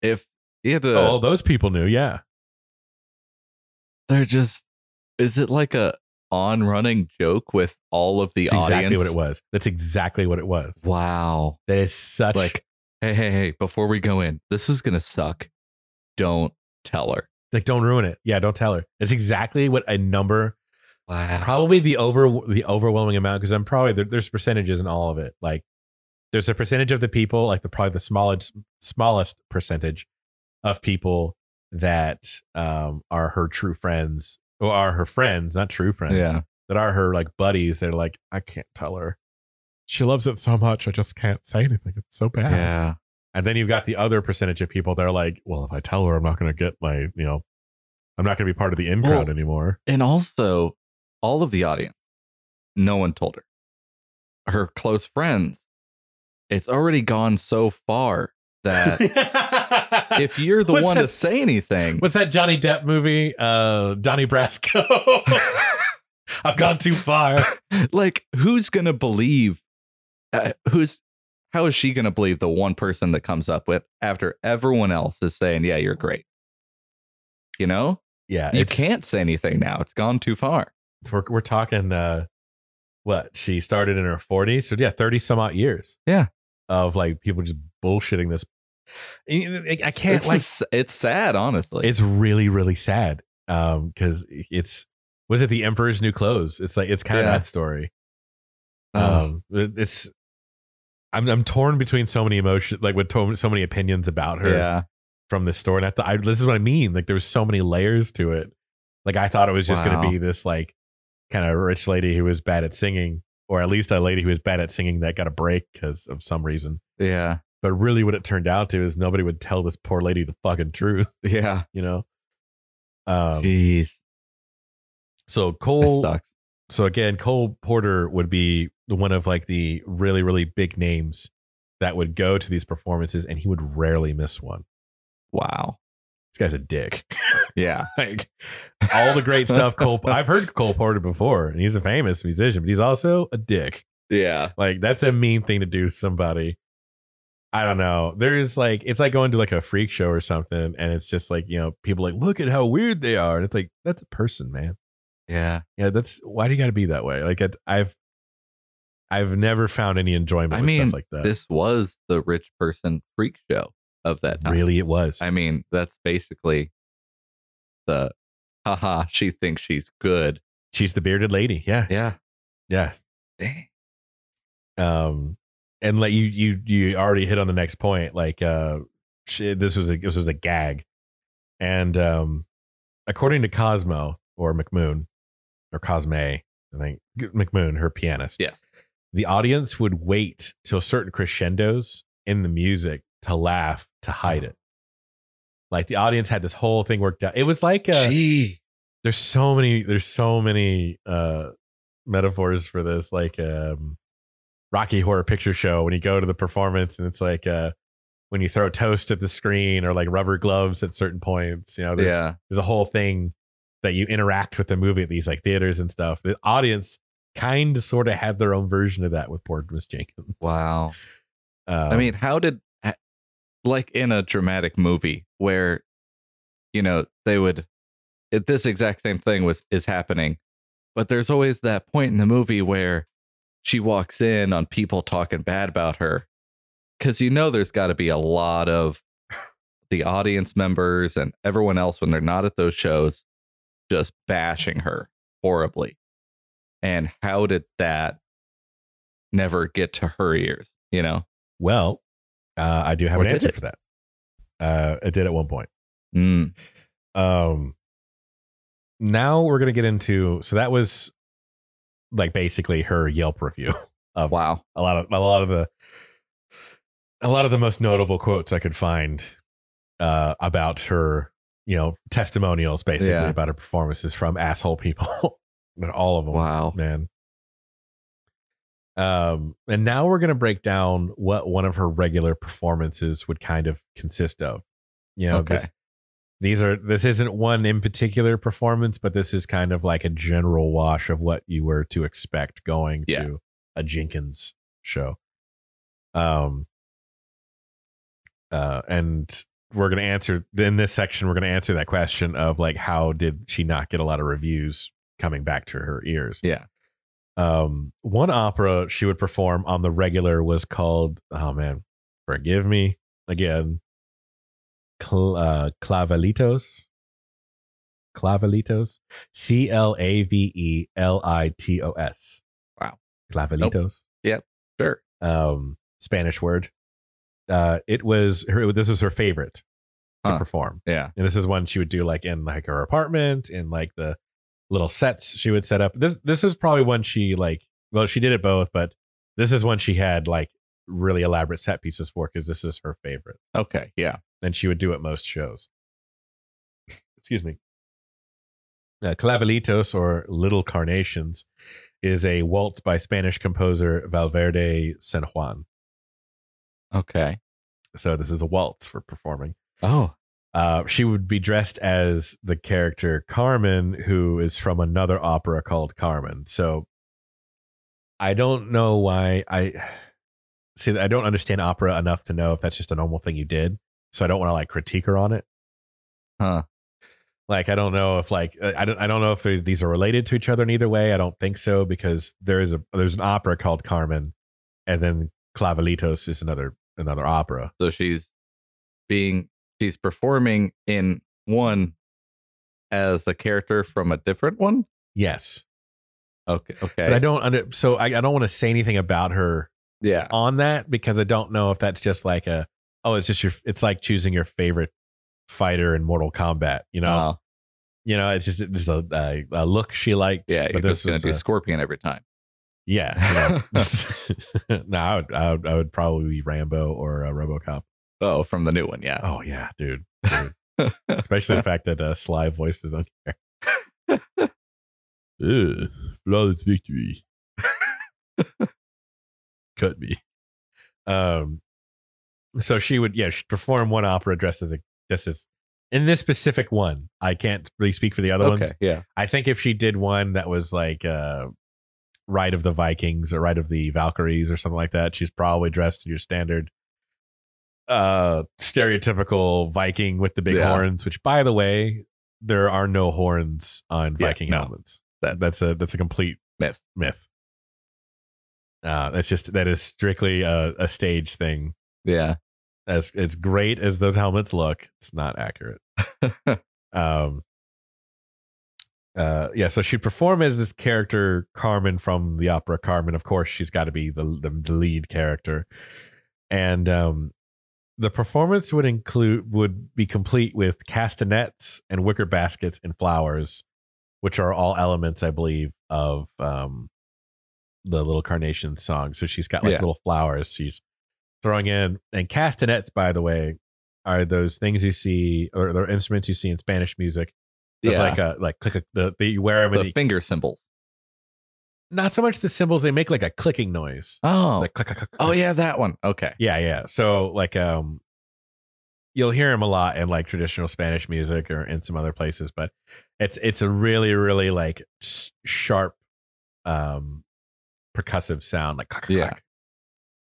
B: If you had to
A: oh, all those people knew, yeah.
B: they're just is it like a on running joke with all of the
A: That's
B: audience?
A: exactly what it was. That's exactly what it was.
B: Wow.
A: That is such
B: Like, hey, hey, hey, before we go in, this is gonna suck. Don't tell her.
A: like don't ruin it. Yeah, don't tell her. It's exactly what a number,
B: Wow.
A: probably the over the overwhelming amount, because I'm probably there, there's percentages in all of it. Like there's a percentage of the people, like the probably the smallest smallest percentage of people that um are her true friends or are her friends, not true friends.
B: Yeah.
A: that are her like buddies that are like, I can't tell her. She loves it so much, I just can't say anything. It's so bad.
B: Yeah.
A: And then you've got the other percentage of people that are like, well, if I tell her, I'm not going to get my, you know, I'm not going to be part of the in crowd
B: Well- [LAUGHS]
A: anymore.
B: And also, all of the audience, no one told her. Her close friends, it's already gone
A: [LAUGHS]
B: so far that if you're the
A: What's
B: one
A: that-
B: to say anything,
A: [LAUGHS] What's that Johnny Depp movie? Uh, Johnny Brasco. [LAUGHS] I've gone too far.
B: [LAUGHS] like, who's going to believe? Uh, who's, how is she going to believe the one person that comes up with after everyone else is saying, yeah, you're great? You know,
A: Yeah.
B: you
A: it's-
B: can't say anything now. It's gone too far.
A: We're, we're talking, uh, what? She started in her 40s. So, yeah, 30 some odd years.
B: Yeah.
A: Of like people just bullshitting this. I I can't
B: It's,
A: like
B: just- it's sad, honestly.
A: It's really, really sad. Um, because it's was it the Emperor's New Clothes? It's like it's kind of
B: Yeah.
A: that story.
B: Ugh.
A: Um, it- it's I'm I'm torn between so many emotions, like with to- so many opinions about uh, her
B: yeah.
A: from this story. And I thought I, this is what I mean. Like there was so many layers to it. Like I thought it was just
B: Wow.
A: going to be this like kind of rich lady who was bad at singing, or at least a lady who was bad at singing that got a break because of some reason.
B: Yeah.
A: But really, what it turned out to is nobody would tell this poor lady the fucking truth,
B: Yeah.
A: you know? Um,
B: Jeez.
A: so
B: That
A: Cole
B: sucks.
A: so again, Cole Porter would be one of like the really, really big names that would go to these performances, and he would rarely miss one.
B: Wow.
A: This guy's a dick. [LAUGHS]
B: Yeah.
A: like all the great stuff. Cole, I've heard Cole Porter before, and he's a famous musician, but he's also a dick.
B: [LAUGHS] Yeah.
A: Like that's a mean thing to do to somebody. I don't know. There's like it's like going to like a freak show or something, and it's just like you know people like look at how weird they are, and it's like that's a person, man.
B: Yeah.
A: Yeah, that's why do you got to be that way? Like it, I've I've never found any enjoyment
B: I
A: with
B: mean,
A: stuff like that.
B: This was the rich person freak show of that time.
A: really, it was.
B: uh, I mean, that's basically the haha, she thinks she's good.
A: She's the bearded lady. Yeah,
B: Yeah.
A: yeah.
B: Dang.
A: Um, and like you, you, you already hit on the next point. Like, uh, she, this was a this was a gag, and um, according to Cosmo or McMoon or Cosme, I think McMoon, her pianist.
B: Yes.
A: the audience would wait till certain crescendos in the music to laugh to hide it. Like the audience had this whole thing worked out. It was like uh
B: Gee.
A: there's so many there's so many uh, metaphors for this, like um, Rocky Horror Picture Show when you go to the performance and it's like uh, when you throw toast at the screen or like rubber gloves at certain points. You know, there's
B: Yeah.
A: there's a whole thing that you interact with the movie at these like theaters and stuff. The audience kind of sort of had their own version of that with poor Miss Jenkins.
B: Wow.
A: Um,
B: I mean, how did like in a dramatic movie where you know they would it, this exact same thing was is happening, but there's always that point in the movie where she walks in on people talking bad about her because you know there's got to be a lot of the audience members and everyone else when they're not at those shows just bashing her horribly. And how did that never get to her ears? You know,
A: well, uh, I do have
B: Or
A: an
B: did
A: answer
B: it?
A: for that. Uh, it did at one point.
B: Mm.
A: Um, now we're gonna get into so that was like basically her Yelp review.
B: Wow.
A: A lot of a lot of the a lot of the most notable quotes I could find uh, about her, you know, testimonials basically
B: Yeah.
A: about her performances from asshole people. [LAUGHS] All of them.
B: Wow.
A: man. Um, and now we're gonna break down what one of her regular performances would kind of consist of. You know,
B: Okay.
A: this, these are this isn't one in particular performance, but this is kind of like a general wash of what you were to expect going
B: Yeah.
A: to a Jenkins show. Um, uh, and we're gonna answer in this section. We're gonna answer that question of like, how did she not get a lot of reviews coming back to her ears?
B: Yeah.
A: um one opera she would perform on the regular was called oh man forgive me again Cl- uh, clavelitos clavelitos c l a v e l i t o s
B: Wow.
A: clavelitos
B: Sure.
A: um spanish word uh it was her this was her favorite to
B: Huh.
A: perform
B: Yeah.
A: and this is one she would do like in like her apartment in like the little sets she would set up. This this is probably one she like well she did it both, but this is one she had like really elaborate set pieces for because this is her favorite.
B: Okay. Yeah.
A: And she would do at most shows. [LAUGHS] Excuse me. Uh, Clavelitos or Little Carnations is a waltz by Spanish composer Valverde San Juan.
B: Okay.
A: So this is a waltz for performing.
B: Oh.
A: uh, she would be dressed as the character Carmen, who is from another opera called Carmen. So I don't know why I [SIGHS] see. I don't understand opera enough to know if that's just a normal thing you did. So I don't want to like critique her on it.
B: Huh.
A: Like I don't know if like uh, I I don't I don't know if they- these are related to each other in either way. I don't think so because there is a there's an opera called Carmen, and then Clavelitos is another another opera.
B: So she's being she's performing in one as a character from a different one.
A: Yes,
B: Okay. Okay.
A: but I don't under so I, I don't want to say anything about her
B: yeah.
A: on that because I don't know if that's just like a oh it's just your it's like choosing your favorite fighter in Mortal Kombat you know
B: Uh,
A: You know, it's just just a, a, a look she liked.
B: Yeah, you're
A: but
B: just
A: this
B: gonna
A: was
B: do
A: a,
B: Scorpion every time. [LAUGHS]
A: yeah. you know. [LAUGHS] no, I would, I would I would probably be Rambo or uh, RoboCop.
B: Oh, from the new one, yeah.
A: Oh yeah, dude. dude. Especially
B: [LAUGHS]
A: the fact that uh, Sly voice is on here. Ugh, flawless victory. Cut me. Um, so she would, yeah, she'd perform one opera dressed as a this is in this specific one. I can't really speak for the other
B: okay,
A: ones.
B: yeah.
A: I think if she did one that was like uh Rite of the Vikings or Rite of the Valkyries or something like that, she's probably dressed in your standard uh stereotypical Viking with the big
B: Yeah.
A: horns, which by the way, there are no horns on
B: Yeah,
A: Viking
B: no.
A: helmets.
B: That's
A: That's a that's a complete
B: myth.
A: myth. Uh that's just that is strictly a, a stage thing.
B: Yeah.
A: As as great as those helmets look, it's not accurate
B: [LAUGHS]
A: um uh yeah so she perform as this character carmen from the opera carmen of course she's got to be the, the the lead character and um the performance would include would be complete with castanets and wicker baskets and flowers which are all elements i believe of um the little carnation song so she's got like
B: Yeah.
A: little flowers she's throwing in and castanets by the way are those things you see or they're instruments you see in Spanish music. It's
B: yeah.
A: like a like click a, the, the you wear them
B: the
A: and you,
B: finger symbols.
A: not so much the cymbals they make like a clicking noise.
B: Oh.
A: Like click, click, click,
B: oh
A: click.
B: yeah, that one. Okay.
A: yeah yeah. So like um you'll hear them a lot in like traditional Spanish music or in some other places, but it's it's a really really like s- sharp um percussive sound like clack, clack,
B: Yeah.
A: clack.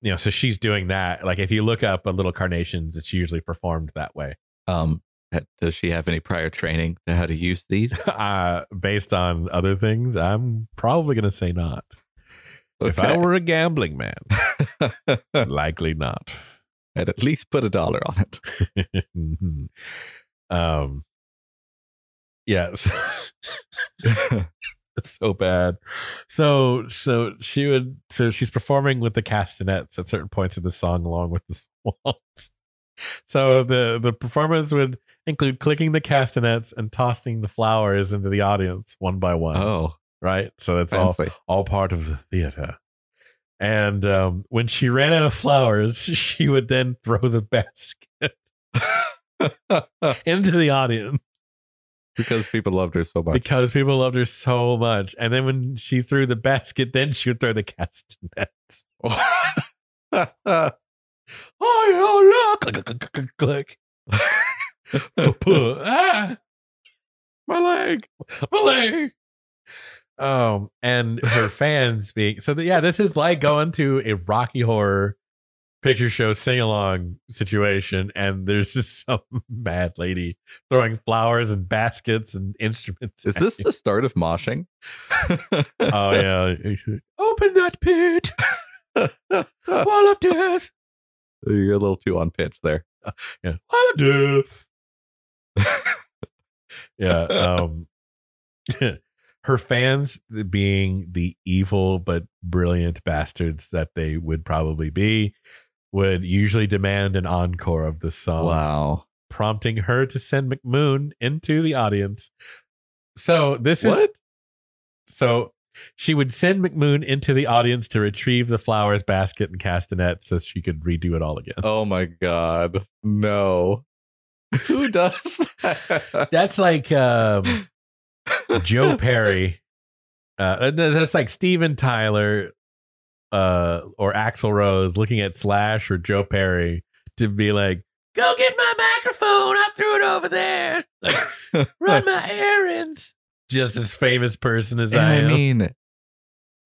A: You know, so she's doing that. Like if you look up a little carnations, it's usually performed that way. [LAUGHS]
B: Um ha- does she have any prior training to how to use these?
A: uh, based on other things, I'm probably going to say not. If I
B: Okay.
A: were a gambling man, likely not.
B: [LAUGHS]
A: [LAUGHS]
B: I'd at least put a dollar on it.
A: um, [LAUGHS] yes, [LAUGHS] it's so bad. So, so she would. So she's performing with the castanets at certain points of the song, along with the swans. So the the performance would include clicking the castanets and tossing the flowers into the audience one by one.
B: oh,
A: Right. So that's all
B: fancy.
A: all part of the theater. And um, when she ran out of flowers, [LAUGHS] she would then throw the basket [LAUGHS] into the audience
B: because people loved her so much.
A: because people loved her so much. And then when she threw the basket, then she would throw the castanets. [LAUGHS] Oh, yeah, yeah. Click, click, click, click, click. Puh, ah,
B: My leg.
A: my leg. Um, and
B: [LAUGHS]
A: her fans being so, that, yeah, this is like going to a Rocky Horror picture show sing along situation, and there's just [LAUGHS] some mad lady throwing flowers and baskets and instruments.
B: Is
A: at
B: this
A: you.
B: the start of moshing?
A: Oh
B: [LAUGHS]
A: yeah! Open that pit, wall of death,
B: You're a little too on pitch there.
A: yeah. wall of death. [LAUGHS] yeah. Um, [LAUGHS] her fans being the evil but brilliant bastards that they would probably be would usually demand an encore of the song,
B: wow.
A: prompting her to send McMoon into the audience. So this is
B: What?
A: so she would send McMoon into the audience to retrieve the flowers basket and castanet so she could redo it all again.
B: Oh my god. No. [LAUGHS] Who does
A: [LAUGHS]
B: that?
A: That's like um, Joe Perry. Uh, th- that's like Steven Tyler uh, or Axl Rose looking at Slash or Joe Perry to be like, go get my microphone. I threw it over there.
B: [LAUGHS]
A: Like, run my errands. Just as famous person as
B: And
A: I
B: I
A: am.
B: mean,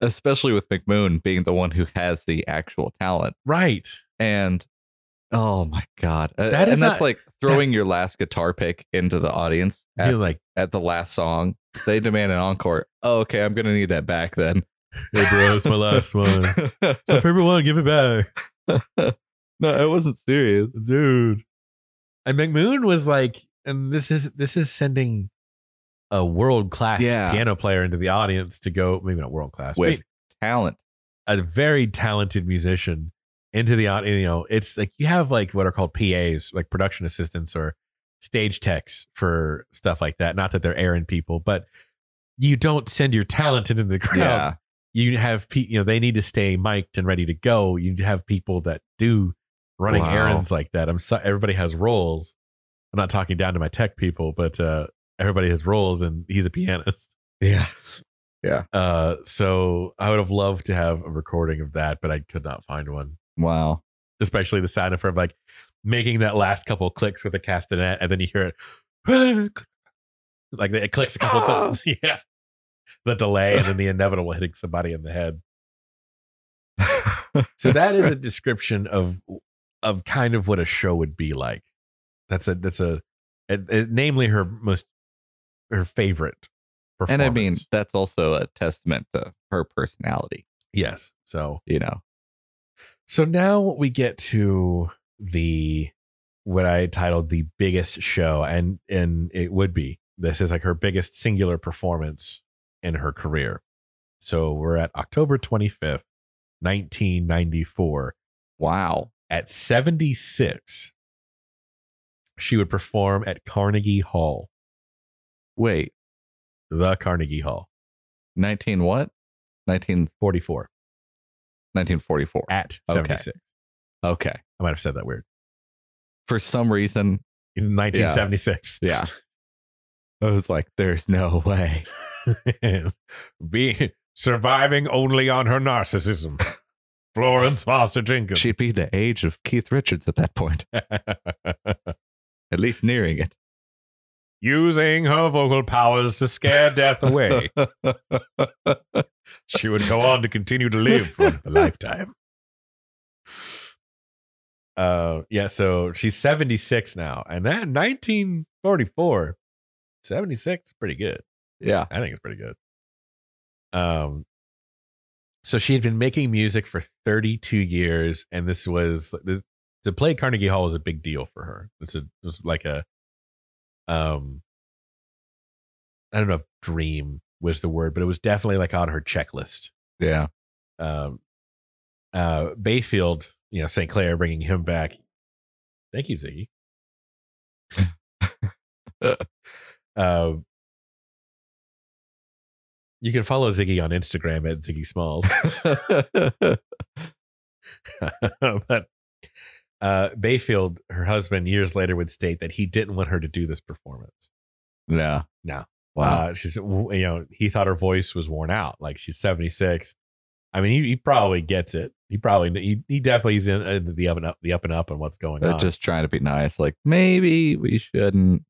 B: especially with McMoon being the one who has the actual talent.
A: right.
B: And oh my god. Uh,
A: That is
B: and that's
A: not-
B: like throwing your last guitar pick into the audience at,
A: You're like,
B: at the last song. They demand an encore. Oh, okay, I'm gonna need that back then.
A: hey, bro, it's my
B: [LAUGHS]
A: last one. So, favorite one, give it back.
B: no, it wasn't serious.
A: dude. And McMoon was like, and this is this is sending a world class
B: Yeah.
A: piano player into the audience to go, maybe not world class,
B: With
A: but
B: talent.
A: a very talented musician into the audience. You know, it's like you have like what are called PAs, like production assistants or stage techs for stuff like that. Not that they're errand people, but you don't send your talent into the crowd.
B: Yeah.
A: You have pe- you know they need to stay mic'd and ready to go. You have people that do running
B: Wow.
A: errands like that. I'm so- everybody has roles. I'm not talking down to my tech people, but uh, everybody has roles, and he's a pianist.
B: Yeah.
A: Uh, so I would have loved to have a recording of that, but I could not find one.
B: Wow. [LAUGHS]
A: Especially the sound of her like making that last couple clicks with the castanet, and then you hear it like it clicks a couple
B: Ah!
A: times. [LAUGHS] Yeah, the delay, and then the inevitable hitting somebody in the head. So that is a description of of kind of what a show would be like. That's a that's a, it- it- namely her most her favorite.
B: and I mean,
A: performance.
B: that's also a testament to her personality,
A: yes. So
B: you know.
A: So now we get to the what I titled the biggest show, and and it would be this is like her biggest singular performance in her career. So we're at October twenty fifth, nineteen ninety four.
B: Wow.
A: At seventy six, she would perform at Carnegie Hall,
B: Wait,
A: the Carnegie Hall,
B: 19 what? 19,
A: forty four
B: 1944.
A: at
B: Okay.
A: seventy six.
B: Okay.
A: I might have said that weird.
B: For some reason,
A: Nineteen seventy six.
B: yeah. [LAUGHS] I was like, there's no way.
A: [LAUGHS] be surviving only on her narcissism. Florence Foster Jenkins.
B: She'd be the age of Keith Richards at that point, at least nearing it.
A: [LAUGHS] Using her vocal powers to scare death away, she would go on to continue to live for a lifetime. Uh, yeah, so she's 76 now, and that 1944, 76 is pretty good.
B: [LAUGHS] yeah.
A: I think it's pretty good. Um, so she had been making music for 32 years, and this was the, to play Carnegie Hall was a big deal for her. It's a it was like a um, I don't know if dream was the word, but it was definitely like on her checklist.
B: [LAUGHS] Yeah.
A: Um, uh, Bayfield, you know, St. Clair bringing him back. Thank you, Ziggy. Um, you can follow Ziggy on Instagram at Ziggy Smalls. [LAUGHS] but uh, Bayfield, her husband, years later would state that he didn't want her to do this performance.
B: no.
A: No.
B: Wow.
A: Uh, she's, you know, he thought her voice was worn out. Like she's 76. I mean, he, he probably gets it. He probably, he, he definitely is in, in the up and up, the up and up on what's going
B: They're
A: on.
B: just trying to be nice. Like, maybe we shouldn't.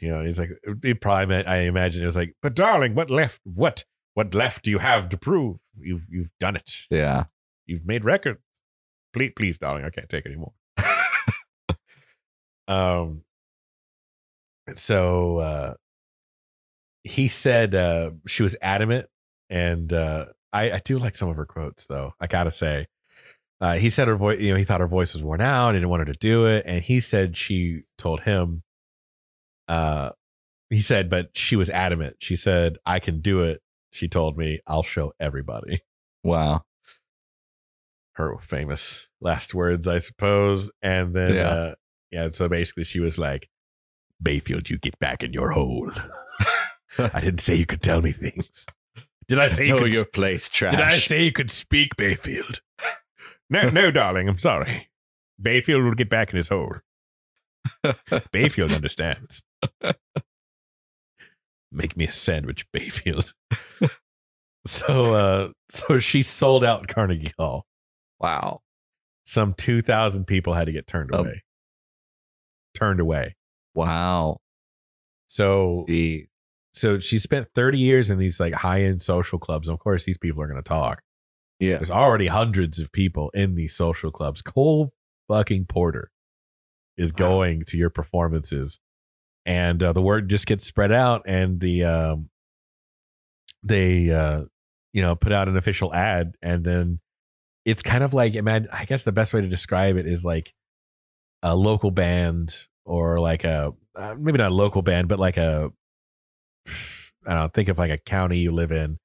A: you know, he's like, he probably meant, I imagine it was like, but darling, what left, what, what left do you have to prove? You've, you've done it.
B: Yeah.
A: You've made records. Please, please, darling, I can't take anymore. [LAUGHS] um. So uh, he said uh, she was adamant, and uh, I, I do like some of her quotes, though. I gotta say, uh, he said her voice. You know, he thought her voice was worn out. He didn't want her to do it, and he said she told him. Uh, he said, but she was adamant. She said, "I can do it." She told me, "I'll show everybody."
B: Wow.
A: her famous last words, I suppose. And then,
B: Yeah.
A: Uh, yeah, so basically she was like, Bayfield, you get back in your hole. [LAUGHS] I didn't say you could tell me things. Did I say
B: [LAUGHS]
A: you
B: know
A: could?
B: your place, trash.
A: did I say you could speak, Bayfield? [LAUGHS] no, no, darling, I'm sorry. Bayfield will get back in his hole. Bayfield understands. Make me a sandwich, Bayfield. [LAUGHS] so, uh, so she sold out Carnegie Hall
B: wow.
A: some 2000 people had to get turned
B: Um,
A: away turned away
B: Wow.
A: so
B: Gee.
A: so she spent 30 years in these like high-end social clubs of course these people are going to talk
B: Yeah.
A: there's already hundreds of people in these social clubs cole fucking porter is
B: Wow.
A: going to your performances and uh, the word just gets spread out and the um they uh you know put out an official ad and then it's kind of like imagine i guess the best way to describe it is like a local band or like a uh, maybe not a local band but like a i don't know think of like a county you live in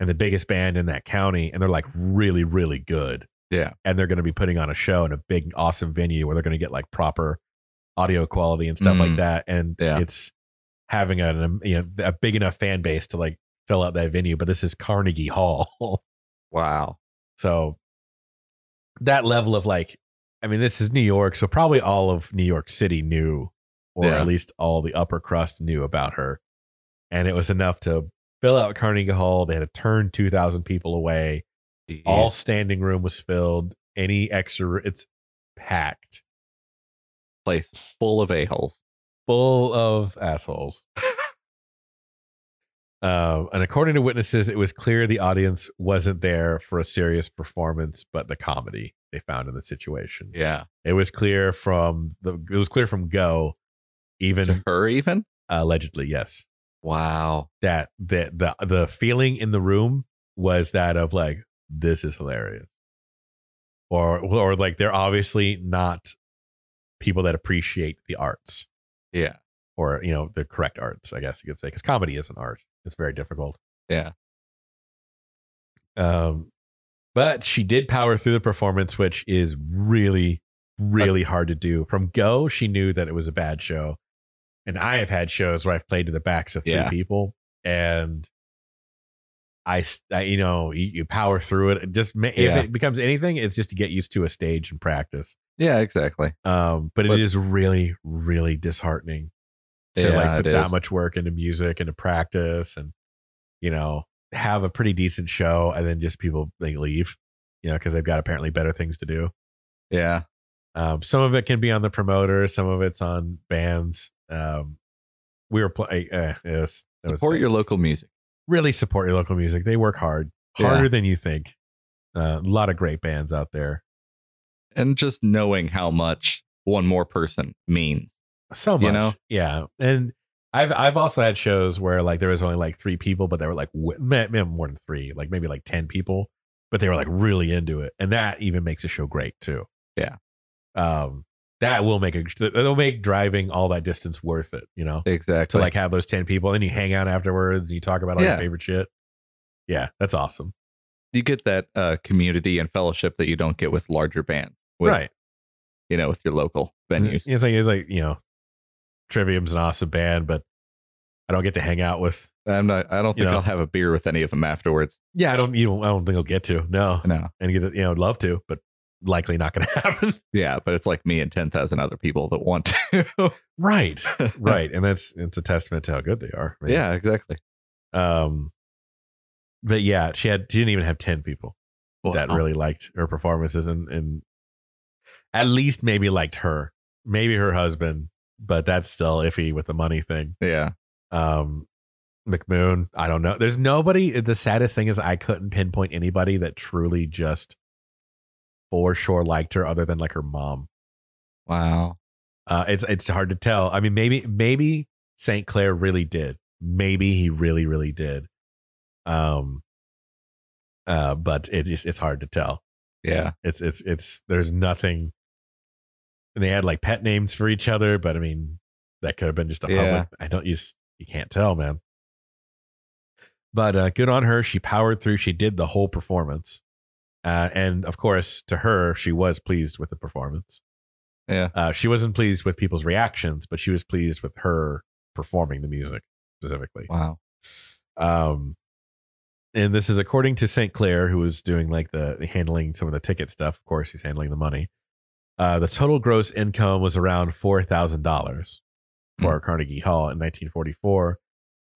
A: and the biggest band in that county and they're like really really good
B: Yeah.
A: and they're going to be putting on a show in a big awesome venue where they're going to get like proper audio quality and stuff
B: Mm.
A: like that. And
B: Yeah.
A: it's having a, um, you know, a big enough fan base to like fill out that venue. But this is Carnegie Hall. [LAUGHS]
B: Wow.
A: so that level of like, I mean, this is New York. So probably all of New York City knew, or
B: Yeah.
A: at least all the upper crust knew about her. And it was enough to fill out Carnegie Hall. They had to turn 2,000 people away all standing room was filled any extra it's packed
B: place full of a-holes.
A: full of assholes um, and according to witnesses it was clear the audience wasn't there for a serious performance but the comedy they found in the situation
B: Yeah.
A: it was clear from the it was clear from go even
B: To her even?
A: allegedly yes
B: Wow.
A: that that the the feeling in the room was that of like this is hilarious or or like they're obviously not people that appreciate the arts
B: Yeah.
A: or you know the correct arts i guess you could say because comedy is an art it's very difficult
B: Yeah.
A: um but she did power through the performance which is really really hard to do from go she knew that it was a bad show and i have had shows where i've played to the backs of three
B: Yeah.
A: people and I, s- I- you know you, you power through it It just ma-
B: Yeah.
A: if it becomes anything it's just to get used to a stage and practice
B: Yeah, exactly.
A: um but,
B: But-
A: it is really really disheartening to
B: Yeah,
A: like put
B: it
A: that
B: is.
A: much work into music and to practice and you know have a pretty decent show and then just people they leave you know because they've got apparently better things to do
B: Yeah.
A: um some of it can be on the promoter some of it's on bands um we were playing uh, yes that was
B: Support
A: sad.
B: your local music.
A: really support your local music they work hard
B: Yeah.
A: harder than you think uh, a lot of great bands out there
B: And just knowing how much one more person means.
A: so much
B: You know?
A: yeah and i've i've also had shows where like there was only like three people but they were like w- ma- ma- more than three like maybe like 10 people but they were like really into it and that even makes a show great too
B: Yeah.
A: um that will make a that'll make driving all that distance worth it you know to
B: Exactly.
A: like have those 10 people and then you hang out afterwards and you talk about all
B: Yeah.
A: your favorite shit yeah that's awesome
B: you get that uh, community and fellowship that you don't get with larger bands. With,
A: right
B: You know, with your local venues.
A: It's like it's like you know, Trivium's an awesome band, but I don't get to hang out with.
B: I'm not. I don't
A: You
B: think
A: know.
B: I'll have a beer with any of them afterwards.
A: Yeah, I don't. You know, I don't think I'll get to. No,
B: No.
A: and get to, you know, I'd love to, but likely not going to [LAUGHS] happen.
B: Yeah, but it's like me and ten thousand other people that want to. [LAUGHS]
A: right, right, and that's it's a testament to how good they are. man.
B: yeah, exactly.
A: Um, but yeah, she had she didn't even have ten people that
B: Wow.
A: really liked her performances, and and at least maybe liked her, maybe her husband, but that's still iffy with the money thing.
B: Yeah.
A: um McMoon. I don't know. There's nobody. The saddest thing is I couldn't pinpoint anybody that truly just for sure liked her other than like her mom.
B: Wow.
A: Uh, it's it's hard to tell. I mean, maybe maybe Saint Clair really did. Maybe he really really did. Um. Uh, but it just it's hard to tell.
B: Yeah.
A: It's it's it's there's nothing. And they had like pet names for each other, but I mean, that could have been just a
B: Yeah.
A: public. I don't use you can't tell, man. But uh, good on her. She powered through. She did the whole performance, uh, and of course, to her, she was pleased with the performance.
B: Yeah.
A: uh, she wasn't pleased with people's reactions, but she was pleased with her performing the music specifically.
B: Wow.
A: Um, and this is according to St. Clair, who was doing like the handling some of the ticket stuff. Of course, he's handling the money. Uh, the total gross income was around four thousand dollars for Carnegie Hall in 1944,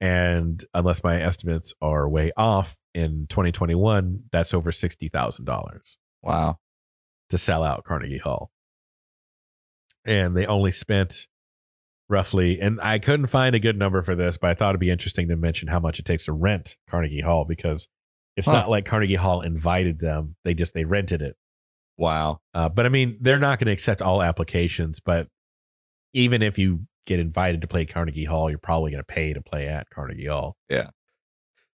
A: and unless my estimates are way off, in 2021, that's over sixty thousand dollars
B: Wow.
A: to sell out Carnegie Hall. And they only spent roughly, and I couldn't find a good number for this, but I thought it'd be interesting to mention how much it takes to rent Carnegie Hall because it's
B: Huh.
A: not like Carnegie Hall invited them. They just, they rented it.
B: Wow.
A: Uh, but I mean, they're not going to accept all applications, but even if you get invited to play Carnegie Hall, you're probably going to pay to play at Carnegie Hall.
B: Yeah.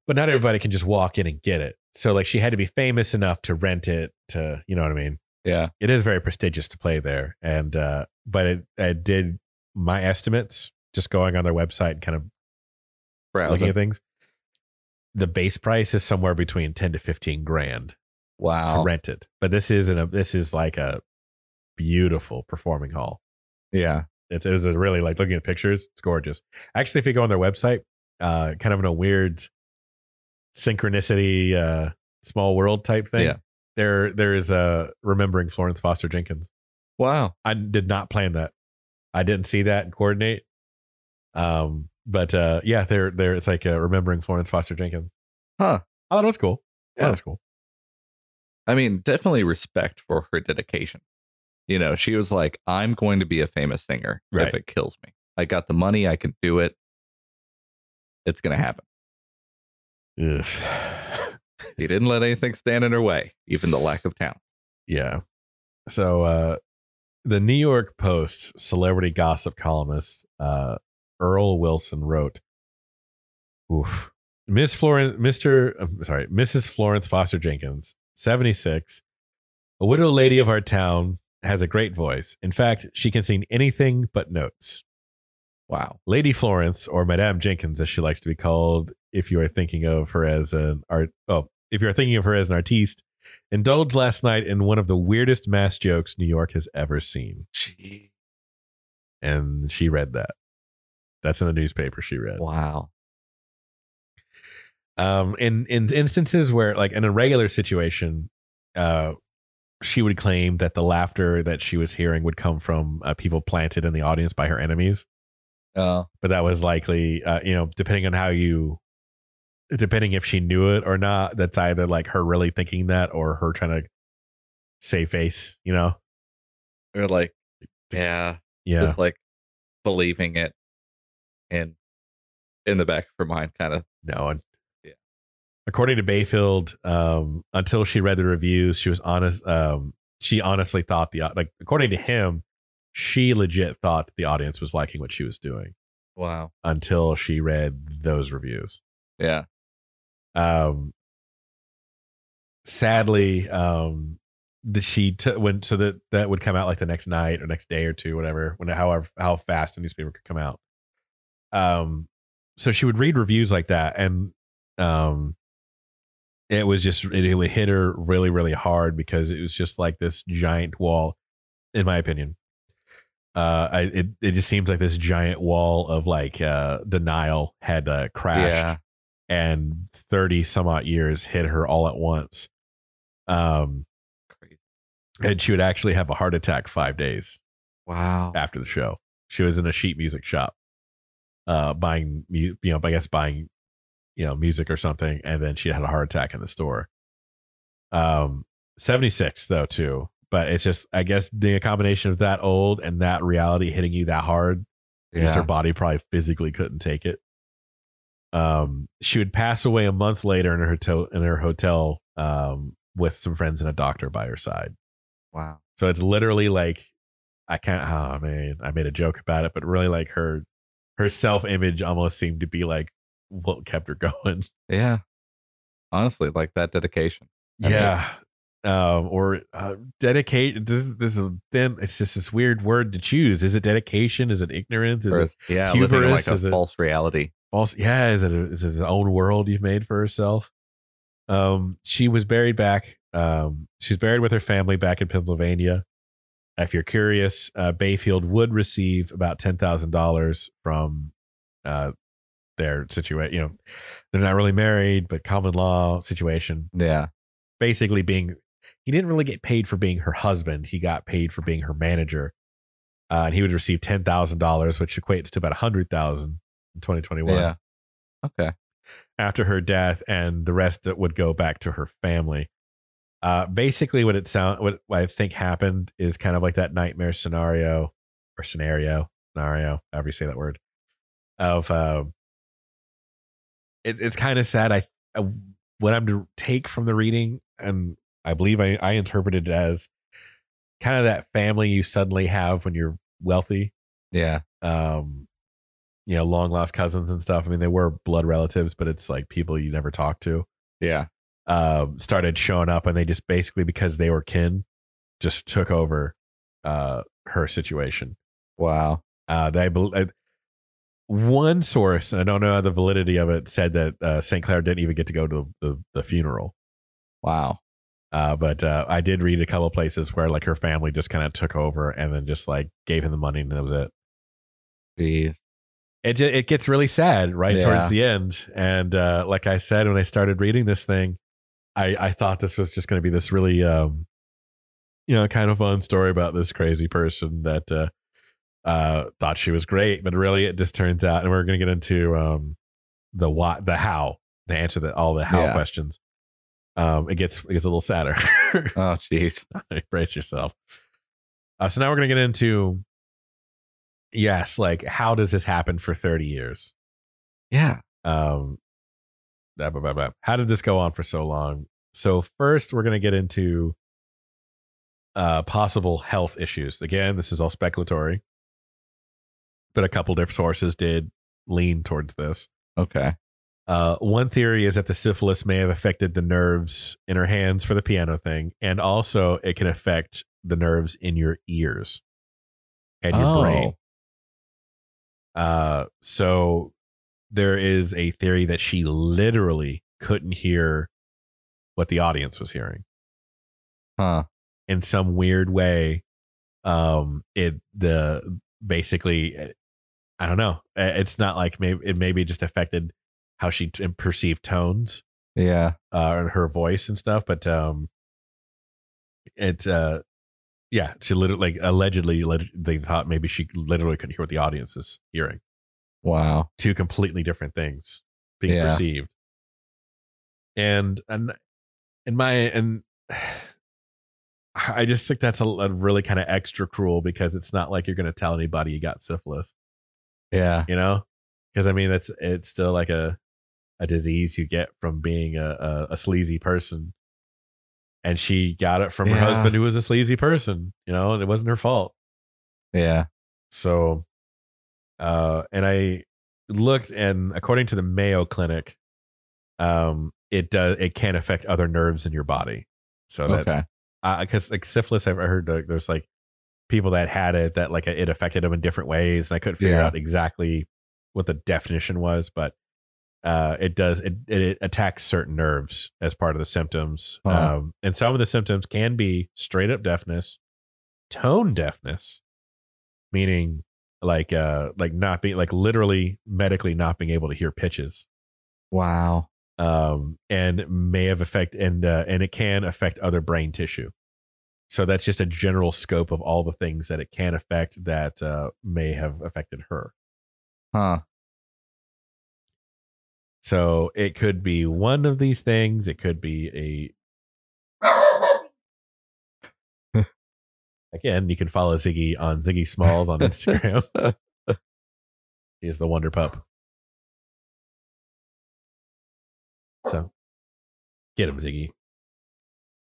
A: But not everybody can just walk in and get it. So like she had to be famous enough to rent it to, you know what I mean?
B: Yeah.
A: it is very prestigious to play there and uh but it, it did my estimates just going on their website and kind of looking
B: Browsing.
A: at things the base price is somewhere between 10 to 15 grand to
B: Wow.
A: rent it but this isn't a this is like a beautiful performing hall
B: Yeah.
A: It's, it was a really like looking at pictures. It's gorgeous. Actually, if you go on their website, uh, kind of in a weird synchronicity, uh, small world type thing.
B: Yeah.
A: There, there is a remembering Florence Foster Jenkins.
B: Wow.
A: I did not plan that. I didn't see that and coordinate. Um, but uh, yeah, there, there. It's like uh, remembering Florence Foster Jenkins.
B: Huh.
A: I thought it was cool. Yeah,
B: Yeah.
A: it was cool.
B: I mean, definitely respect for her dedication. You know, she was like, I'm going to be a famous singer
A: Right.
B: if it kills me. I got the money, I can do it. It's going to happen. She didn't let anything stand in her way, even the lack of talent.
A: Yeah. So uh the New York Post celebrity gossip columnist uh Earl Wilson wrote Oof. Miss Florence Mr. I'm sorry, Mrs. Florence Foster Jenkins, 76, a widow lady of our town, has a great voice. In fact, she can sing anything but notes.
B: Wow.
A: Lady Florence, or Madame Jenkins, as she likes to be called, if you are thinking of her as an art, oh, if you are thinking of her as an artiste, indulged last night in one of the weirdest mass jokes New York has ever seen,
B: Gee.
A: and she read that. That's in the newspaper. She read.
B: Wow.
A: Um, in in instances where, like in a regular situation, uh, she would claim that the laughter that she was hearing would come from uh, people planted in the audience by her enemies.
B: Uh,
A: but that was likely uh, you know depending on how you depending if she knew it or not that's either like her really thinking that or her trying to save face you know
B: or like, yeah,
A: yeah
B: just like believing it in in the back of her mind, kind of.
A: no and
B: Yeah.
A: according to bayfield um until she read the reviews she was honest um she honestly thought the like according to him she legit thought that the audience was liking what she was doing
B: Wow.
A: until she read those reviews
B: Yeah.
A: um sadly um the she took when so that that would come out like the next night or next day or two whatever when however how fast a newspaper could come out um so she would read reviews like that and um it was just it, it would hit her really really hard because it was just like this giant wall in my opinion uh i it, it just seems like this giant wall of like uh denial had uh crashed
B: Yeah.
A: and 30 some odd years hit her all at once. Um,
B: Crazy.
A: and she would actually have a heart attack five days
B: Wow.
A: after the show. She was in a sheet music shop, uh, buying, mu- you know, I guess buying, you know, music or something. And then she had a heart attack in the store. Um, 76 though, too. But it's just, I guess being a combination of that old and that reality hitting you that hard because her
B: Yeah.
A: body probably physically couldn't take it. Um, she would pass away a month later in her hotel, in her hotel um, with some friends and a doctor by her side.
B: Wow.
A: So it's literally like I can't. Oh man, I made a joke about it, but really like her her self image almost seemed to be like what kept her [LAUGHS] going.
B: Yeah. Honestly, like that dedication. I
A: yeah um or uh, dedicate this is this is then it's just this weird word to choose is it dedication is it ignorance is
B: Or
A: it
B: it's- yeah, living in,
A: hubris?
B: like a
A: Is it-
B: false reality.
A: also yeah is it a, is his own world you've made for herself um she was buried back um she's buried with her family back in pennsylvania if you're curious uh bayfield would receive about ten thousand dollars from uh their situation you know they're not really married but common law situation
B: Yeah.
A: basically being he didn't really get paid for being her husband he got paid for being her manager uh, and he would receive ten thousand dollars which equates to about a hundred thousand in 2021
B: Yeah. Okay.
A: after her death, and the rest that would go back to her family. Uh, basically, what it sound what I think happened is kind of like that nightmare scenario or scenario scenario, however you say that word. Of uh, it, it's kind of sad. I, I what I'm to take from the reading, and I believe I, I interpreted it as kind of that family you suddenly have when you're wealthy
B: Yeah.
A: um you know long lost cousins and stuff i mean they were blood relatives but it's like people you never talk to
B: Yeah.
A: um started showing up and they just basically because they were kin just took over uh her situation
B: Wow.
A: uh they bel- uh, one source and i don't know the validity of it said that uh, st clair didn't even get to go to the, the funeral
B: Wow.
A: uh, but uh, I did read a couple places where like her family just kind of took over and then just like gave him the money and that was it.
B: Jeez.
A: it ju- it gets really sad right towards
B: Yeah.
A: the end. And uh, like I said when I started reading this thing, I I thought this was just going to be this really um, you know kind of fun story about this crazy person that uh, uh, thought she was great, but really it just turns out. And we're going to get into um, the why, the how, the answer that all the how
B: Yeah.
A: questions. Um, it gets it gets a little sadder. [LAUGHS]
B: Oh, jeez.
A: brace yourself. Uh, so now we're going to get into yes, like how does this happen for 30 years?
B: Yeah.
A: Um, blah, blah, blah, blah. How did this go on for so long? So first, we're going to get into uh, possible health issues. Again, this is all speculatory, but a couple different sources did lean towards this.
B: Okay.
A: Uh, one theory is that the syphilis may have affected the nerves in her hands for the piano thing, and also it can affect the nerves in your ears and your
B: Oh.
A: brain. Uh, so there is a theory that she literally couldn't hear what the audience was hearing
B: Huh.
A: in some weird way. Um, it the basically, eh, I don't know. Eh, It's not like maybe it maybe just affected how she t- perceived tones.
B: Yeah.
A: uh, and her voice and stuff. But um, it's uh, yeah, she literally like allegedly alleg- they thought maybe she literally couldn't hear what the audience is hearing.
B: Wow.
A: Two completely different things being
B: Yeah.
A: perceived. And and in my and [SIGHS] I just think that's a, a really kind of extra cruel because it's not like you're going to tell anybody you got syphilis,
B: Yeah.
A: you know? Because I mean, that's it's still like a a disease you get from being a, a, a sleazy person. And she got it from her
B: Yeah.
A: husband, who was a sleazy person, you know, and it wasn't her fault.
B: Yeah.
A: So, uh, and I looked, and according to the Mayo Clinic, um, it does it can affect other nerves in your body. So that
B: Okay.
A: because like syphilis, I've heard like, there's like people that had it that like it affected them in different ways, and I couldn't figure
B: Yeah.
A: out exactly what the definition was, but uh, it does it, it attacks certain nerves as part of the symptoms,
B: Huh.
A: um, and some of the symptoms can be straight up deafness, tone deafness, meaning like uh like not being like literally medically not being able to hear pitches
B: Wow.
A: um, and may have affect and uh, and it can affect other brain tissue. So that's just a general scope of all the things that it can affect that uh, may have affected her.
B: Huh.
A: So it could be one of these things. It could be a again. You can follow Ziggy on Ziggy Smalls on Instagram. he is the Wonder Pup. So get him, Ziggy.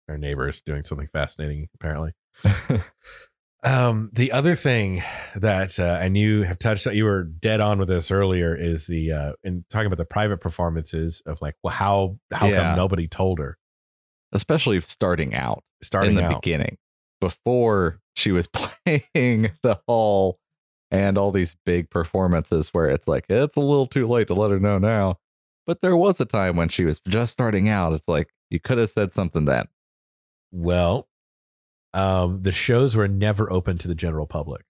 A: Our neighbor is doing something fascinating, apparently. Um, the other thing that, uh, and you have touched on, you were dead on with this earlier, is the, uh, in talking about the private performances of like, well, how, how
B: Yeah.
A: come nobody told her
B: [LAUGHS] Especially starting out
A: starting
B: in the
A: out?
B: beginning, before she was [LAUGHS] playing the hall and all these big performances where it's like, it's a little too late to let her know now. But there was a time when she was just starting out. It's like, you could have said something then.
A: Well, um, the shows were never open to the general public.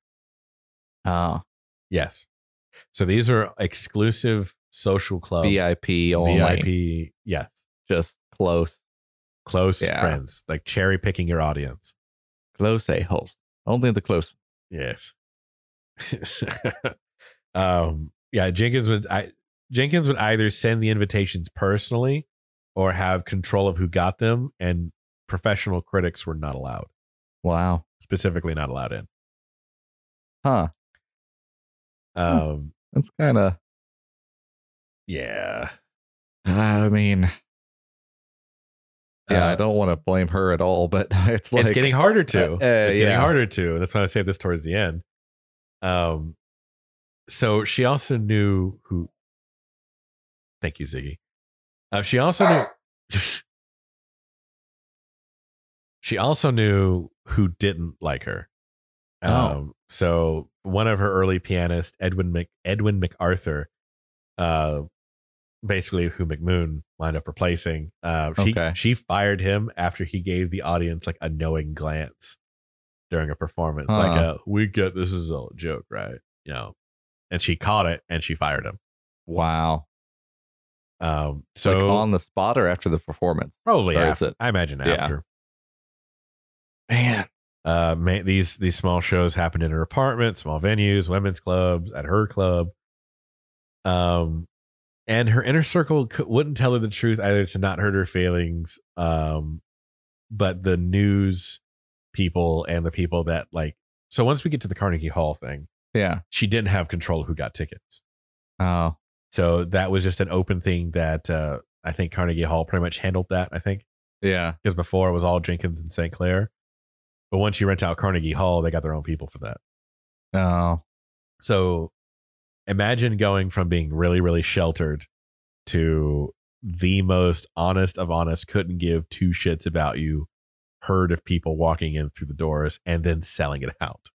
A: Ah,
B: Oh,
A: Yes. So these were exclusive social club
B: VIP only.
A: VIP. Yes.
B: Just close,
A: Close
B: Yeah.
A: friends, like cherry picking your audience.
B: close a holes. Only the close.
A: Yes. [LAUGHS] um, yeah, Jenkins would I Jenkins would either send the invitations personally or have control of who got them and professional critics were not allowed,
B: Wow.
A: specifically not allowed in.
B: Huh. Hmm.
A: Um,
B: That's kind of,
A: yeah.
B: I mean, yeah, I
A: Uh,
B: don't want to blame her at all, but [LAUGHS] it's like,
A: it's getting harder to.
B: uh, uh,
A: it's getting
B: yeah.
A: harder to. That's why I say this towards the end. Um, so she also knew who. Thank you, Ziggy. Uh, she also knew. [LAUGHS] she also knew who didn't like her. Um,
B: Oh.
A: so one of her early pianists, Edwin Mc, Edwin MacArthur, uh, basically who McMoon lined up replacing. Uh, she
B: Okay.
A: she fired him after he gave the audience like a knowing glance during a performance, like uh,
B: Huh.
A: a, we get this is all a joke, right? You know, and she caught it and she fired him.
B: Wow.
A: Um,
B: So
A: so
B: on the spot or after the performance?
A: probably
B: or is
A: after,
B: it-
A: I imagine
B: Yeah.
A: after.
B: Man.
A: Uh, ma- these these small shows happened in her apartment, small venues, women's clubs, at her club. Um, and her inner circle c- wouldn't tell her the truth either to not hurt her feelings. Um, but the news people and the people that like so once we get to the Carnegie Hall thing,
B: Yeah.
A: she didn't have control of who got tickets.
B: Oh.
A: So that was just an open thing that uh, I think Carnegie Hall pretty much handled that. I think
B: Yeah.
A: because before it was all Jenkins and St. Clair. But once you rent out Carnegie Hall, they got their own people for that.
B: Oh.
A: So imagine going from being really, really sheltered to the most honest of honest, couldn't give two shits about you, herd of people walking in through the doors and then selling it out.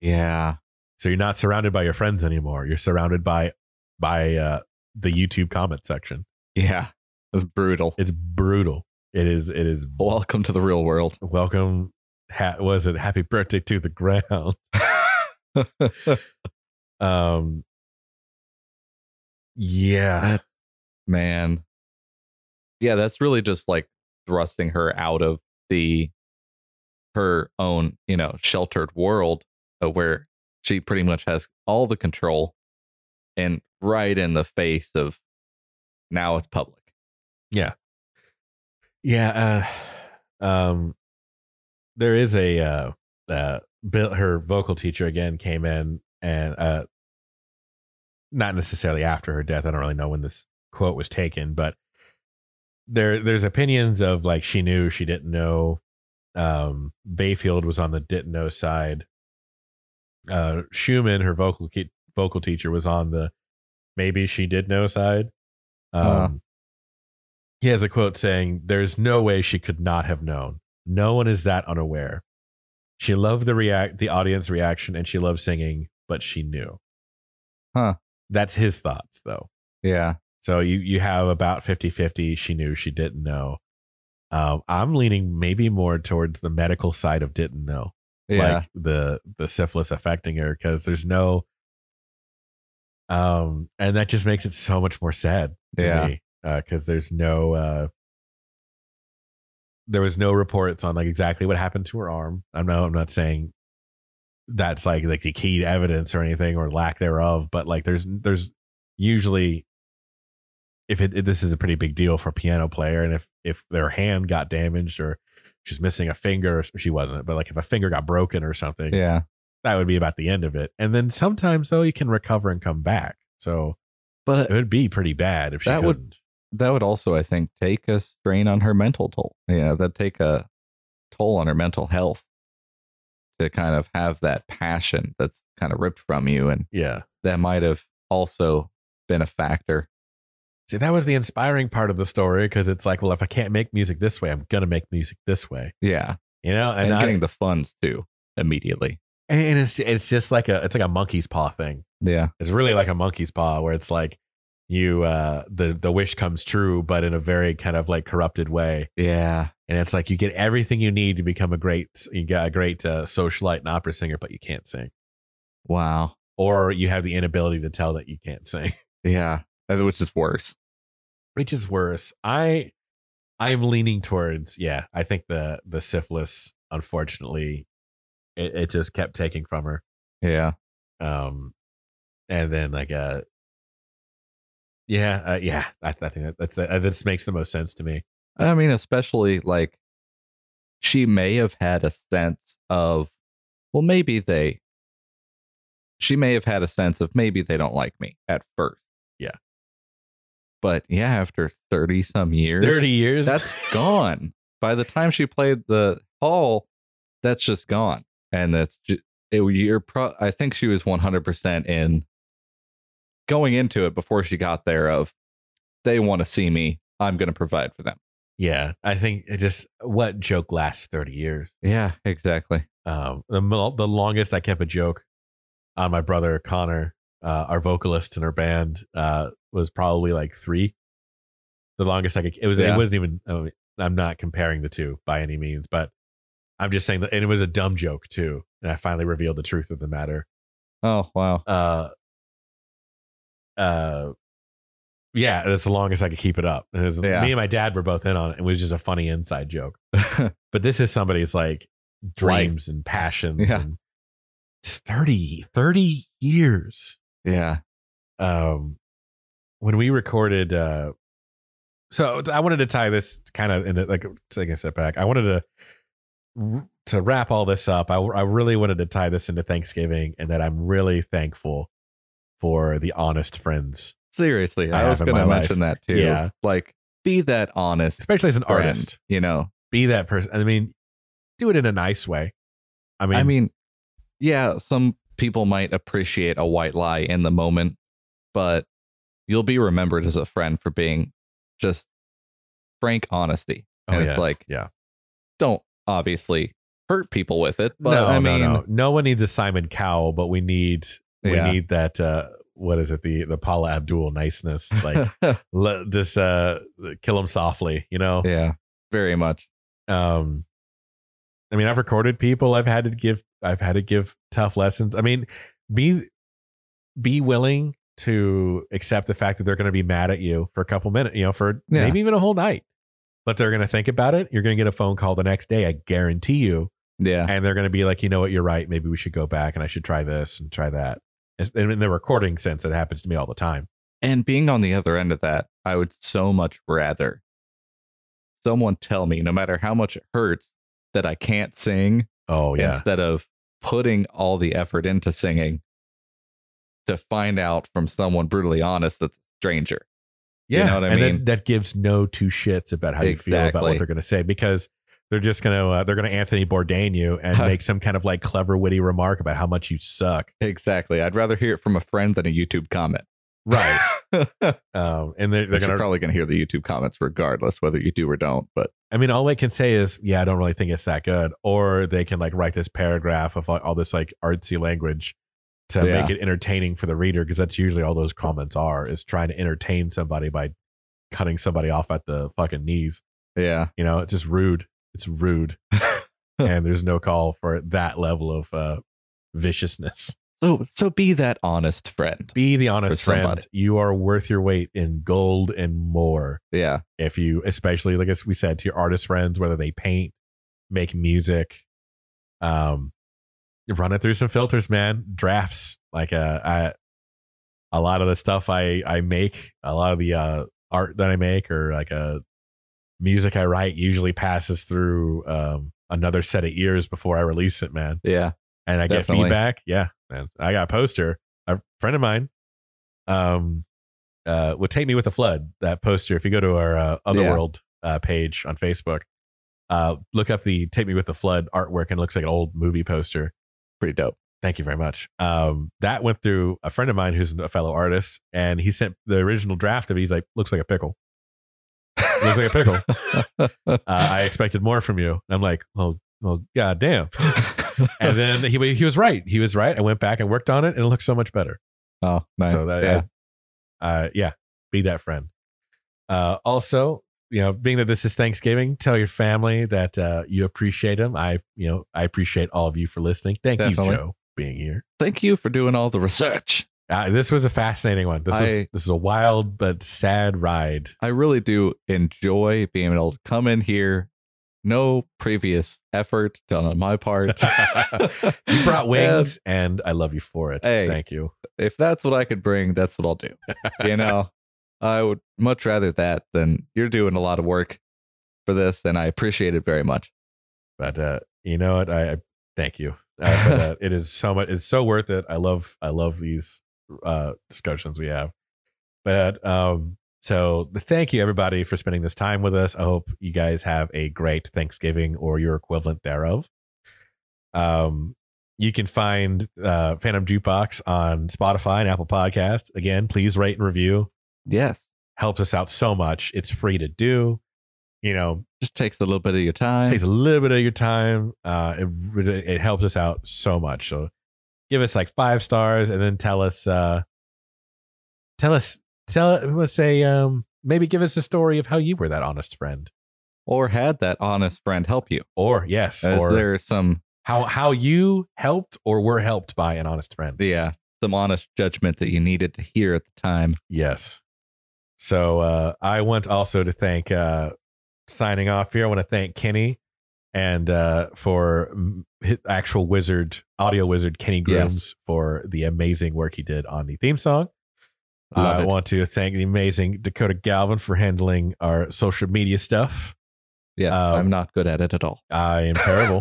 B: Yeah.
A: So you're not surrounded by your friends anymore. You're surrounded by by uh, the YouTube comment section.
B: Yeah. That's brutal.
A: It's brutal. It is. It is.
B: Welcome to the real world. [LAUGHS]
A: Welcome. Ha- was it happy birthday to the ground? Um, yeah,
B: That's- Man. Yeah, that's really just like thrusting her out of the her own, you know, sheltered world uh, where she pretty much has all the control and right in the face of now it's public.
A: yeah. Uh, um, there is a uh, uh, Bill, her vocal teacher again came in and uh, not necessarily after her death. I don't really know when this quote was taken, but there, there's opinions of like she knew, she didn't know. Um, Bayfield was on the didn't know side. Uh, Schumann, her vocal ki- vocal teacher, was on the maybe she did know side. Um,
B: Uh.
A: He has a quote saying, "There's no way she could not have known. No one is that unaware. She loved the react the audience reaction, and she loved singing, but she knew."
B: Huh.
A: That's his thoughts, though.
B: Yeah.
A: So you you have about 50-50. She knew, she didn't know. Um, I'm leaning maybe more towards the medical side of didn't know,
B: Yeah.
A: like the the syphilis affecting her, because there's no, um, and that just makes it so much more sad to
B: Yeah.
A: me, because there's no, uh, there was no reports on like exactly what happened to her arm. I know I'm not saying that's like like the key evidence or anything or lack thereof, but like there's there's usually if it, this is a pretty big deal for a piano player and if if their hand got damaged or she's missing a finger she wasn't but like if a finger got broken or something
B: yeah.
A: that would be about the end of it and then sometimes though you can recover and come back so
B: But
A: it would be pretty bad if she
B: That would-
A: couldn't
B: that would also, I think, take a strain on her mental toll. You know, that'd take a toll on her mental health to kind of have that passion that's kind of ripped from you. And
A: yeah
B: that might have also been a factor.
A: see that was the inspiring part of the story because it's like well if i can't make music this way i'm gonna make music this way
B: Yeah.
A: you know
B: And,
A: and, I,
B: getting the funds too immediately.
A: and it's it's just like a it's like a monkey's paw thing
B: Yeah.
A: it's really like a monkey's paw where it's like you uh the the wish comes true but in a very kind of like corrupted way
B: Yeah.
A: and it's like you get everything you need to become a great you got a great uh, socialite and opera singer but you can't sing
B: Wow.
A: or you have the inability to tell that you can't sing [LAUGHS]
B: Yeah. Uh, Which is worse.
A: which is worse i i'm leaning towards yeah i think the the syphilis unfortunately it, it just kept taking from her
B: Yeah.
A: um and then like uh yeah uh, yeah I, I think that, that's that this makes the most sense to me
B: I mean, especially like she may have had a sense of, well, maybe they, she may have had a sense of maybe they don't like me at first.
A: Yeah.
B: But yeah, after 30 some years,
A: 30 years
B: that's gone. By the time she played the hall, that's just gone. And that's, ju- it, you're pro, I think she was 100% in going into it before she got there of, they want to see me. I'm going to provide for them.
A: yeah i think it just what joke lasts 30 years
B: Yeah, exactly.
A: um the, mo- the longest i kept a joke on my brother connor uh our vocalist in our band uh was probably like three the longest i could it was
B: Yeah.
A: it wasn't even I mean, i'm not comparing the two by any means but i'm just saying that and it was a dumb joke too and i finally revealed the truth of the matter
B: Oh wow.
A: uh uh, yeah, that's the longest I could keep it up. And it was,
B: Yeah.
A: Me and my dad were both in on it. It was just a funny inside
B: [LAUGHS]
A: joke. But this is somebody's like dreams and passions.
B: Yeah.
A: And it's 30, 30 years.
B: yeah.
A: um when we recorded uh so i wanted to tie this kind of into like taking a step back i wanted to to wrap all this up I, I really wanted to tie this into thanksgiving and that i'm really thankful for the honest friends
B: Seriously,
A: I
B: I, was
A: have in
B: going to
A: my life.
B: mention that too.
A: Yeah.
B: Like, be that honest
A: especially as an
B: friend,
A: artist
B: You know,
A: be that person i mean do it in a nice way i mean
B: I mean, yeah, some people might appreciate a white lie in the moment, but you'll be remembered as a friend for being just frank honesty.
A: oh,
B: and
A: yeah.
B: it's like,
A: yeah
B: don't obviously hurt people with it, but
A: no,
B: I mean,
A: no no no one needs a simon cowell but we need we
B: yeah.
A: need that uh what is it the the paula abdul niceness like le- just uh kill him softly you know
B: [LAUGHS] yeah, very much.
A: um i mean i've recorded people i've had to give i've had to give tough lessons i mean be be willing to accept the fact that they're going to be mad at you for a couple minutes you know for
B: Yeah.
A: maybe even a whole night but they're going to think about it you're going to get a phone call the next day i guarantee you
B: Yeah.
A: and they're going to be like you know what you're right maybe we should go back and i should try this and try that And in the recording sense it happens to me all the time
B: And being on the other end of that, I would so much rather someone tell me, no matter how much it hurts, that I can't sing
A: oh yeah
B: instead of putting all the effort into singing to find out from someone brutally honest that's a stranger. You
A: Yeah,
B: know what I
A: and then
B: mean?
A: that gives no two shits about how you feel about what
B: Exactly.
A: they're going to say because they're just going to uh, they're going to Anthony Bourdain you and make some kind of like clever witty remark about how much you suck.
B: Exactly. I'd rather hear it from a friend than a YouTube comment. [LAUGHS]
A: Right.
B: They're
A: [LAUGHS] um, and they're, they're going to.
B: probably going to hear the YouTube comments regardless whether you do or don't. But
A: I mean, all they can say is, "Yeah, I don't really think it's that good," or they can like write this paragraph of all, all this like artsy language to
B: Yeah.
A: make it entertaining for the reader because that's usually all those comments are is trying to entertain somebody by cutting somebody off at the fucking knees.
B: yeah,
A: you know it's just rude it's rude
B: [LAUGHS]
A: and there's no call for that level of uh viciousness
B: so so be that honest friend.
A: be the honest
B: For
A: friend
B: somebody.
A: you are worth your weight in gold and more
B: Yeah,
A: if you especially like as we said to your artist friends whether they paint make music um run it through some filters man drafts like uh i a lot of the stuff i i make a lot of the uh art that i make or like uh music i write usually passes through um another set of ears before i release it man
B: yeah,
A: and I get
B: Definitely.
A: feedback. Yeah, man. I got a poster. A friend of mine, um, uh, would take me with the flood. That poster. If you go to our uh, Otherworld uh, page on Facebook, uh, look up the "Take Me with the Flood" artwork, and it looks like an old movie poster.
B: pretty dope.
A: Thank you very much. Um, that went through a friend of mine who's a fellow artist, and he sent the original draft of it. He's like, "Looks like a pickle. Looks like a pickle." uh, I expected more from you. And I'm like, "Well, well, goddamn."
B: [LAUGHS]
A: and then he he was right. He was right. I went back and worked on it, and it looks so much better.
B: oh, nice.
A: So that,
B: yeah,
A: uh, yeah, be that friend. Uh, also, you know, being that this is Thanksgiving, tell your family that uh, you appreciate them. I, you know, I appreciate all of you for listening. Thank
B: Definitely.
A: you, Joe, being here.
B: thank you for doing all the research.
A: Uh, this was a fascinating one. This is
B: I-
A: this is a wild but sad ride.
B: I really do enjoy being able to come in here. No previous effort done on my part.
A: [LAUGHS]
B: [LAUGHS]
A: You brought wings, and I love you for it.
B: Hey.
A: Thank you.
B: And if that's what I could bring, that's what I'll do.
A: [LAUGHS]
B: You know, I would much rather that than you're doing a lot of work for this, and I appreciate it very much.
A: but uh, you know what? I, I thank you. Uh, but, uh, it is so much. It's so worth it. I love. I love these uh, discussions we have. But um, so thank you everybody for spending this time with us. I hope you guys have a great Thanksgiving or your equivalent thereof. Um, you can find uh, Phantom Jukebox on Spotify and Apple Podcast. Again, please rate and review.
B: Yes,
A: Helps us out so much. It's free to do. You know,
B: just takes a little bit of your time.
A: takes a little bit of your time. Uh, it really- it helps us out so much. So give us like five stars, and then tell us, uh, tell us, tell. Let's say um, maybe give us a story of how you were that honest friend,
B: or had that honest friend help you?
A: or yes,
B: Is
A: or
B: there some?
A: how how you helped or were helped by an honest friend.
B: Yeah, some honest judgment that you needed to hear at the time.
A: Yes. So uh, I want also to thank uh, signing off here. I want to thank Kenny and uh, for mm, his actual wizard, audio wizard Kenny Grooms for the amazing work he did on the theme song.
B: Love
A: I
B: it.
A: want to thank the amazing Dakota Galvin for handling our social media stuff.
B: Yes,
A: Um,
B: I'm not good at it at all.
A: I am terrible.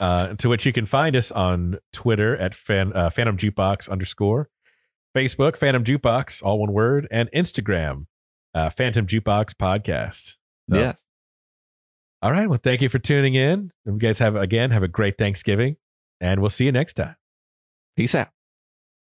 A: uh, to which you can find us on Twitter at fan, uh, Phantom Jukebox underscore, Facebook Phantom Jukebox all one word, and Instagram uh, Phantom Jukebox Podcast. So-
B: Yes.
A: All right. Well, thank you for tuning in. You guys have again have a great Thanksgiving, and we'll see you next time.
B: Peace out.